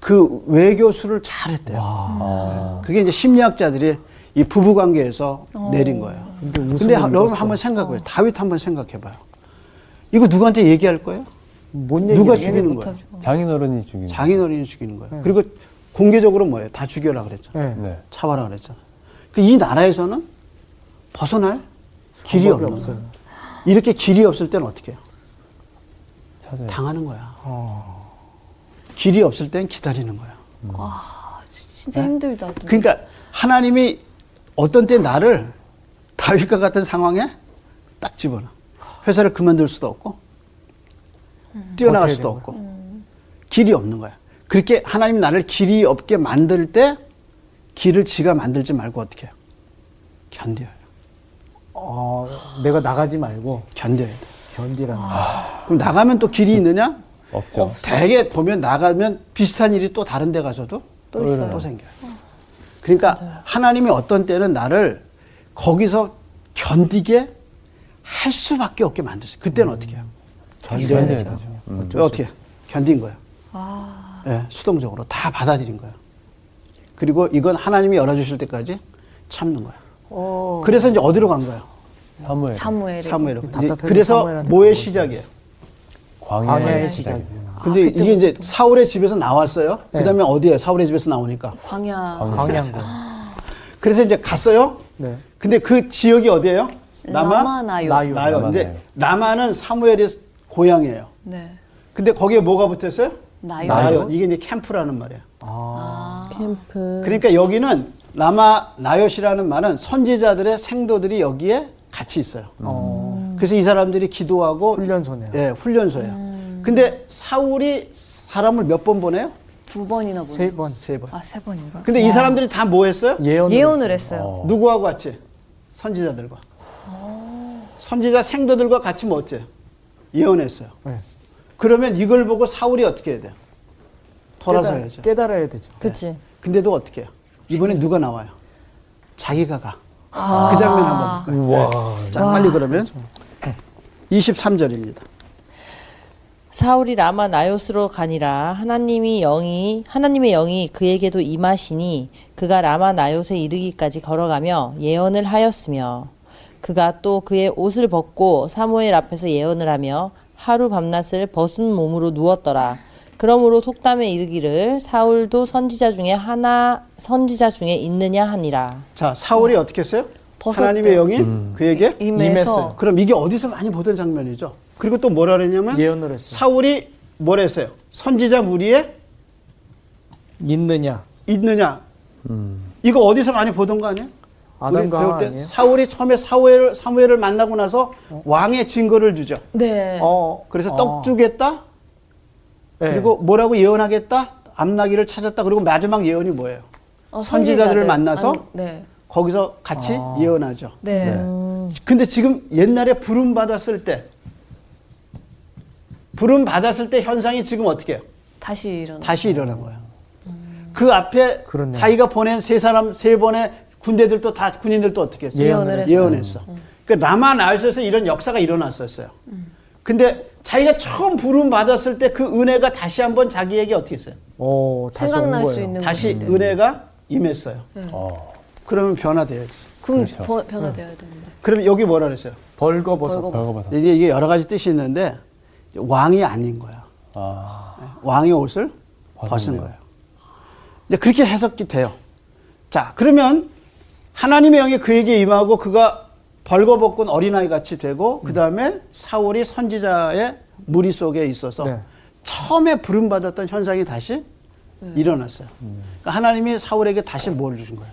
Speaker 2: 그 외교수를 잘했대요.
Speaker 1: 아.
Speaker 2: 그게 이제 심리학자들이 이 부부 관계에서 내린 거예요.
Speaker 4: 근데
Speaker 2: 근데
Speaker 4: 웃음을
Speaker 2: 하- 여러분
Speaker 4: 잃었어.
Speaker 2: 한번 생각해요. 다윗 한번 생각해봐요. 이거 누구한테 얘기할 거예요?
Speaker 4: 뭔 얘기를
Speaker 2: 누가
Speaker 4: 해?
Speaker 2: 죽이는 거예요?
Speaker 1: 장인어른이 죽인 거.
Speaker 2: 장인어른이 죽이는 거예요. 그리고 공개적으로 뭐예요? 다 죽여라 그랬잖아.
Speaker 4: 네.
Speaker 1: 네.
Speaker 2: 잡아라 그랬잖아. 그 이 나라에서는 벗어날 길이
Speaker 4: 방법이
Speaker 2: 없는
Speaker 4: 없어요.
Speaker 2: 거예요. 이렇게 길이 없을 때는 어떻게 해요?
Speaker 4: 네.
Speaker 1: 찾아요.
Speaker 2: 당하는 거야.
Speaker 4: 어.
Speaker 2: 길이 없을 땐 기다리는 거야.
Speaker 6: 진짜 힘들다. 진짜.
Speaker 2: 그러니까 하나님이 어떤 때 나를 다윗과 같은 상황에 딱 집어넣어. 회사를 그만둘 수도 없고 뛰어나갈
Speaker 4: 음. 버텨야
Speaker 2: 수도
Speaker 4: 되는
Speaker 2: 없고 음. 길이 없는 거야. 그렇게 하나님 이 나를 길이 없게 만들 때 길을 지가 만들지 말고 어떻게 해요? 견뎌요.
Speaker 4: 어, 내가 나가지 말고
Speaker 2: 견뎌야 돼.
Speaker 4: 견디라는
Speaker 2: 그럼 나가면 또 길이 있느냐?
Speaker 1: 없죠.
Speaker 2: 대개 보면 나가면 비슷한 일이 또 다른 데 가서도 또,
Speaker 1: 일어나요.
Speaker 2: 또 생겨요. 그러니까 하나님이 어떤 때는 나를 거기서 견디게 할 수밖에 없게 만드세요. 그때는 어떻게 해요?
Speaker 1: 견뎌야 되죠. 음.
Speaker 2: 어떻게 해요? 견딘 거예요. 예, 수동적으로 다 받아들인 거예요. 그리고 이건 하나님이 열어주실 때까지 참는 거예요. 그래서 이제 어디로 간 거예요?
Speaker 1: 사무엘.
Speaker 6: 사무엘에게.
Speaker 2: 사무엘로. 이제
Speaker 4: 답답해서
Speaker 2: 그래서
Speaker 4: 사무엘한테
Speaker 2: 뭐의 시작이에요?
Speaker 1: 광야의
Speaker 4: 광야의
Speaker 1: 시작.
Speaker 4: 시작이구나.
Speaker 2: 근데 이게 이제 사울의 집에서 나왔어요.
Speaker 4: 네.
Speaker 2: 그 다음에 어디에 사울의 집에서 나오니까.
Speaker 6: 광야.
Speaker 4: 광양군.
Speaker 2: 그래서 이제 갔어요.
Speaker 4: 네.
Speaker 2: 근데 그 지역이 어디예요? 남아?
Speaker 6: 나요.
Speaker 4: 나요.
Speaker 2: 나요. 근데
Speaker 1: 남아나요.
Speaker 2: 남아는 사무엘의 고향이에요.
Speaker 6: 네.
Speaker 2: 근데 거기에 뭐가 붙었어요?
Speaker 6: 나요.
Speaker 2: 이게 이제 캠프라는 말이에요.
Speaker 6: 아, 음.
Speaker 5: 캠프.
Speaker 2: 그러니까 여기는 남아 나요시라는 말은 선지자들의 생도들이 여기에 같이 있어요.
Speaker 4: 어,
Speaker 2: 그래서 이 사람들이 기도하고
Speaker 4: 훈련소네요.
Speaker 2: 예, 훈련소예요.
Speaker 6: 음.
Speaker 2: 근데 사울이 사람을 몇 번 보내요?
Speaker 6: 두 번이나 보네.
Speaker 4: 세 번.
Speaker 2: 세 번.
Speaker 6: 아, 세 번인가?
Speaker 2: 근데 이 사람들이 다 뭐 했어요?
Speaker 4: 어. 예언을,
Speaker 6: 예언을
Speaker 4: 했어요.
Speaker 6: 했어요.
Speaker 2: 누구하고 같이? 선지자들과. 선지자 생도들과 같이 뭐 어째? 예언했어요.
Speaker 4: 네.
Speaker 2: 그러면 이걸 보고 사울이 어떻게 해야 돼요? 돌아서야죠.
Speaker 4: 깨달- 깨달아야 되죠.
Speaker 5: 그치.
Speaker 2: 근데도 어떻게 해요? 이번에 누가 나와요? 자기가 가. 그 장면 한번 볼까요? 네. 자, 빨리 그러면 23절입니다.
Speaker 5: 사울이 라마 나요스로 가니라 하나님이 영이 하나님의 영이 그에게도 임하시니 그가 라마 나요스에 이르기까지 걸어가며 예언을 하였으며 그가 또 그의 옷을 벗고 사무엘 앞에서 예언을 하며 하루 밤낮을 벗은 몸으로 누웠더라 그러므로 속담에 이르기를 사울도 선지자 중에 하나 선지자 중에 있느냐 하니라
Speaker 2: 자, 사울이 어떻게 했어요?
Speaker 5: 벗었대요.
Speaker 2: 하나님의 영이 그에게
Speaker 5: 임해서.
Speaker 6: 뭐.
Speaker 2: 그럼 이게 어디서 많이 보던 장면이죠. 그리고 또 뭐라 그랬냐면
Speaker 7: 네. 예언을 했어요.
Speaker 2: 사울이 뭐라 했어요? 선지자 무리에
Speaker 7: 있느냐?
Speaker 2: 있느냐? 이거 어디서 많이 보던 거 아니에요?
Speaker 7: 음. 아담과
Speaker 2: 우리 배울
Speaker 7: 하와
Speaker 2: 때
Speaker 7: 아니에요?
Speaker 2: 사울이 처음에 사무엘을, 사무엘을 만나고 나서 왕의 증거를 주죠.
Speaker 6: 네.
Speaker 7: 어,
Speaker 2: 그래서
Speaker 7: 어.
Speaker 2: 떡 주겠다.
Speaker 7: 예.
Speaker 2: 그리고 뭐라고 예언하겠다. 암나기를 찾았다. 그리고 마지막 예언이 뭐예요?
Speaker 6: 어,
Speaker 2: 선지자들을
Speaker 6: 선지자들.
Speaker 2: 만나서
Speaker 6: 안- 네.
Speaker 2: 거기서 같이
Speaker 7: 아.
Speaker 2: 예언하죠.
Speaker 6: 네.
Speaker 7: 음.
Speaker 2: 근데 지금 옛날에 부름 받았을 때 부름 받았을 때 현상이 지금 어떻게 해요?
Speaker 6: 다시 일어나.
Speaker 2: 다시 일어난 거예요.
Speaker 6: 음.
Speaker 2: 그 앞에
Speaker 7: 그렇네요.
Speaker 2: 자기가 보낸 세 사람 세 번의 군대들도 다 군인들도 어떻게 했어요?
Speaker 6: 예언을 음. 했어요.
Speaker 2: 예언했어. 그 라마 나에서 이런 역사가 일어났었어요.
Speaker 6: 음.
Speaker 2: 근데 자기가 처음 부름 받았을 때 그 은혜가 다시 한번 자기에게 어떻게 했어요?
Speaker 7: 어, 다시 온
Speaker 6: 생각날
Speaker 7: 거예요.
Speaker 6: 수 있는
Speaker 2: 다시 은혜가 임했어요.
Speaker 6: 네.
Speaker 1: 어,
Speaker 2: 그러면 변화돼야지.
Speaker 6: 그럼
Speaker 1: 그렇죠.
Speaker 6: 번- 변화돼야 되는데.
Speaker 2: 그럼 여기 뭐라 그랬어요?
Speaker 7: 벌거벗어.
Speaker 1: 벌거벗어.
Speaker 2: 이게 이게 여러 가지 뜻이 있는데 왕이 아닌 거야. 네.
Speaker 1: 아,
Speaker 2: 왕의 옷을 벗은
Speaker 1: 벗었네요.
Speaker 2: 거예요. 이제 그렇게 해석이 돼요. 자, 그러면 하나님의 영이 그에게 임하고 그가 벌거벗고 어린아이 같이 되고 그 다음에 사울이 선지자의 무리 속에 있어서
Speaker 7: 네.
Speaker 2: 처음에 부름받았던 현상이 다시 일어났어요. 그러니까 하나님이 사울에게 다시 뭘 주신 거예요?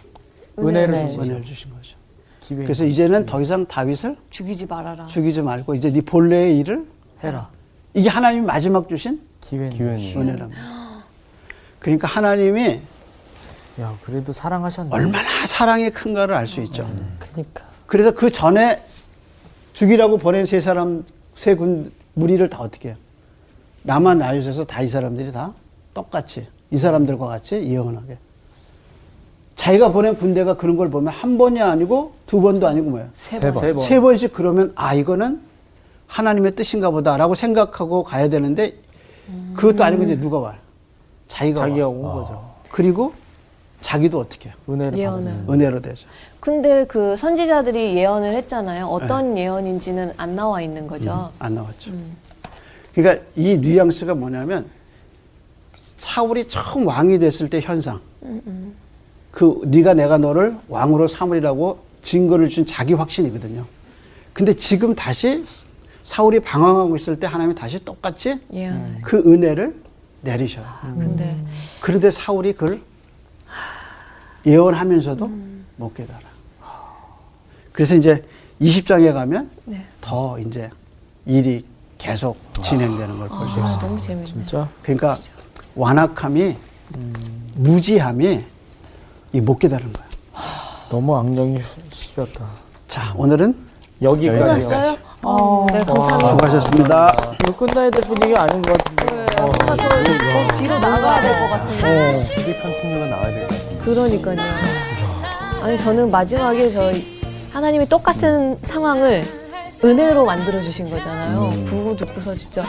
Speaker 7: 은혜를 주신
Speaker 2: 은혜를 주신 거죠.
Speaker 7: 기회.
Speaker 2: 그래서 이제는 더 이상 다윗을
Speaker 6: 죽이지 말아라.
Speaker 2: 죽이지 말고 이제 네 본래의 일을
Speaker 7: 해라.
Speaker 2: 이게 하나님이 마지막 주신
Speaker 7: 기회.
Speaker 1: 기회는
Speaker 2: 은혜란 말이에요. 그러니까 하나님이
Speaker 7: 야, 그래도 사랑하셨네.
Speaker 2: 얼마나 사랑이 큰가를 알 수 있죠.
Speaker 5: 그러니까
Speaker 2: 그래서 그 전에 죽이라고 보낸 세 사람 세 군 무리를 다 어떻게 해요? 라마 나유에서 다 이 사람들이 다 똑같이 이 사람들과 같이 예언하게. 자기가 보낸 군대가 그런 걸 보면 한 번이 아니고 두 번도 아니고 뭐예요?
Speaker 7: 세 번. 세 번.
Speaker 2: 세 번씩 그러면 아 이거는 하나님의 뜻인가 보다라고 생각하고 가야 되는데 그것도 아니고 이제 누가 와요? 자기가,
Speaker 7: 자기가
Speaker 2: 와.
Speaker 7: 온 거죠.
Speaker 2: 그리고 자기도 어떻게 해요?
Speaker 7: 은혜를
Speaker 6: 예언을.
Speaker 7: 받았어요.
Speaker 2: 은혜로 되죠.
Speaker 6: 근데 그 선지자들이 예언을 했잖아요. 어떤
Speaker 1: 네.
Speaker 6: 예언인지는 안 나와 있는 거죠.
Speaker 2: 음,
Speaker 1: 음.
Speaker 6: 음.
Speaker 2: 안 나왔죠. 그러니까 이 뉘앙스가 뭐냐면 사울이 처음 왕이 됐을 때 현상.
Speaker 6: 음,
Speaker 2: 그 네가 내가 너를 왕으로 삼으리라고 증거를 준 자기 확신이거든요. 근데 지금 다시 사울이 방황하고 있을 때 하나님이 다시 똑같이
Speaker 6: 예언을. 아,
Speaker 2: 그 은혜를 내리셔요. 음.
Speaker 6: 근데
Speaker 2: 그런데 사울이 그걸 예언하면서도
Speaker 6: 음.
Speaker 2: 못 깨달아. 그래서 이제 20장에 가면
Speaker 6: 네.
Speaker 2: 더 이제 일이 계속 진행되는 걸 볼 수
Speaker 6: 아,
Speaker 2: 있어요.
Speaker 6: 너무 재밌네.
Speaker 7: 진짜?
Speaker 2: 그러니까 완악함이 무지함이 이 못 깨달은 거야.
Speaker 7: 너무 악령이 씌었다.
Speaker 2: 자, 오늘은
Speaker 7: 여기까지요.
Speaker 1: 끝났어요?
Speaker 6: 어, 네, 감사합니다.
Speaker 2: 수고하셨습니다.
Speaker 7: 이거 끝나야 될 분위기가 아닌 것 같은데.
Speaker 6: 뒤로 나가야 될 것 같은데.
Speaker 1: 피직한 어. 풍류가 나와야 될 것 같아요.
Speaker 6: 그러니까요. 아니 저는 마지막에 저 하나님이 똑같은 상황을 은혜로 만들어 주신
Speaker 1: 음.
Speaker 6: 거잖아요. 부고 듣고서 진짜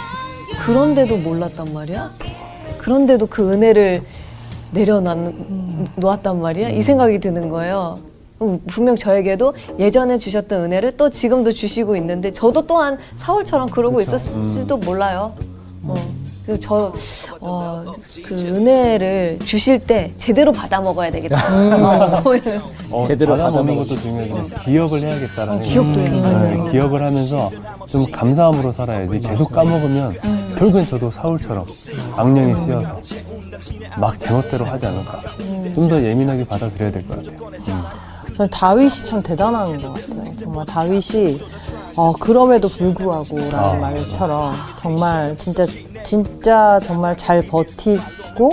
Speaker 6: 그런데도 몰랐단 말이야. 그런데도 그 은혜를 내려놓았단 말이야. 이 생각이 드는 거예요. 음, 분명 저에게도 예전에 주셨던 은혜를 또 지금도 주시고 있는데 저도 또한 사울처럼 그러고 있었을지도 몰라요. 어. 그래서 저, 어, 그 은혜를 주실 때 제대로 받아 먹어야 뭐 되겠다. 보여요.
Speaker 1: 어,
Speaker 7: 제대로
Speaker 1: 받아먹는
Speaker 7: 받아먹어요.
Speaker 1: 것도 중요하지만 기억을 해야겠다라는
Speaker 6: 기억도
Speaker 1: 거죠.
Speaker 6: 해요.
Speaker 1: 네,
Speaker 6: 맞아요.
Speaker 1: 기억을 하면서 좀 감사함으로 살아야지 계속 까먹으면 결국엔 저도 사울처럼 악령이 쓰여서 막 제멋대로 하지 않을까 좀 더 예민하게 받아들여야 될 것 같아요
Speaker 3: 저는 다윗이 참 대단한 것 같아요. 정말 다윗이 어, 그럼에도 불구하고라는 말처럼 정말 진짜 진짜 정말 잘 버티고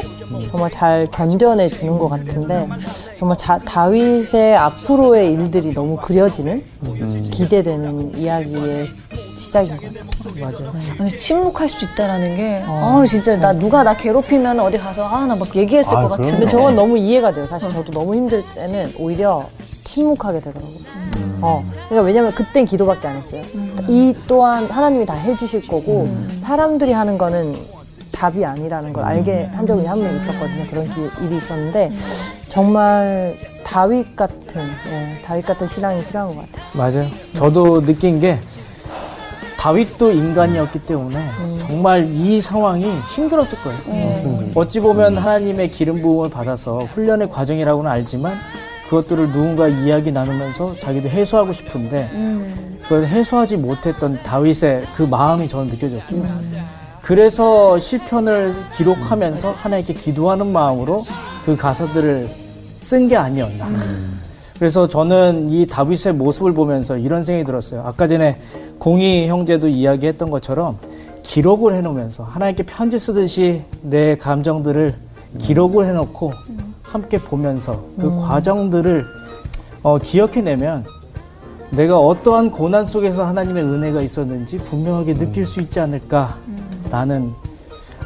Speaker 3: 정말 잘 견뎌내 주는 것 같은데 정말 자- 다윗의 앞으로의 일들이 너무 그려지는 기대되는 이야기의 시작인 것 같아요.
Speaker 6: 아니, 침묵할 수 있다라는 게, 아, 진짜 나 누가 나 괴롭히면 어디 가서, 아, 나 막 얘기했을
Speaker 1: 아,
Speaker 6: 것 같은데.
Speaker 1: 그럼요.
Speaker 3: 근데 저건 너무 이해가 돼요. 사실 저도 너무 힘들 때는 오히려 침묵하게 되더라고요.
Speaker 5: 어, 그러니까 왜냐면 그땐 기도밖에 안 했어요. 이 또한 하나님이 다 해주실 거고 사람들이 하는 거는 답이 아니라는 걸 알게 한 적이 한 명 있었거든요. 그런 기- 일이 있었는데 정말 다윗 같은 예, 다윗 같은 신앙이 필요한 것 같아요.
Speaker 4: 맞아요. 저도 느낀 게 다윗도 인간이었기 때문에 정말 이 상황이 힘들었을 거예요. 어찌 보면 하나님의 기름 부음을 받아서 훈련의 과정이라고는 알지만 그것들을 누군가 이야기 나누면서 자기도 해소하고 싶은데 그걸 해소하지 못했던 다윗의 그 마음이 저는 느껴졌고 그래서 시편을 기록하면서 하나님께 기도하는 마음으로 그 가사들을 쓴 게 아니었나. 그래서 저는 이 다윗의 모습을 보면서 이런 생각이 들었어요. 아까 전에 공희 형제도 이야기했던 것처럼 기록을 해놓으면서 하나님께 편지 쓰듯이 내 감정들을 기록을 해놓고 함께 보면서 그
Speaker 5: 음.
Speaker 4: 과정들을 어, 기억해내면 내가 어떠한 고난 속에서 하나님의 은혜가 있었는지 분명하게 느낄 수 있지
Speaker 5: 음.
Speaker 4: 않을까라는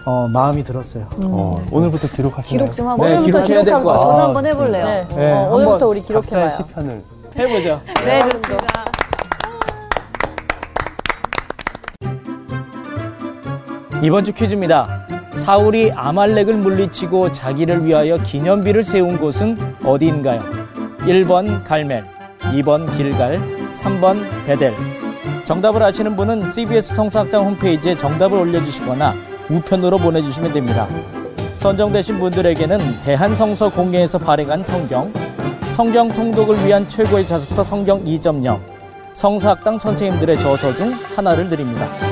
Speaker 4: 어, 마음이 들었어요.
Speaker 1: 어, 오늘부터 기록하시나요?
Speaker 6: 기록 좀 한번
Speaker 4: 네,
Speaker 5: 오늘부터
Speaker 4: 기록해야 될
Speaker 5: 기록하고
Speaker 4: 것
Speaker 6: 저도
Speaker 4: 같아요.
Speaker 6: 한번 해볼래요.
Speaker 5: 네.
Speaker 4: 네,
Speaker 5: 어, 오늘부터
Speaker 4: 한번
Speaker 5: 우리
Speaker 1: 각자의
Speaker 5: 기록해봐요.
Speaker 1: 시편을
Speaker 4: 해보죠.
Speaker 6: 네, 좋습니다.
Speaker 9: 이번 주 퀴즈입니다. 사울이 아말렉을 물리치고 자기를 위하여 기념비를 세운 곳은 어디인가요? 1번 갈멜, 2번 길갈, 3번 베델. 정답을 아시는 분은 CBS 성사학당 홈페이지에 정답을 올려주시거나 우편으로 보내주시면 됩니다. 선정되신 분들에게는 대한성서 공회에서 발행한 성경, 성경 통독을 위한 최고의 자습서 성경 2.0, 성사학당 선생님들의 저서 중 하나를 드립니다.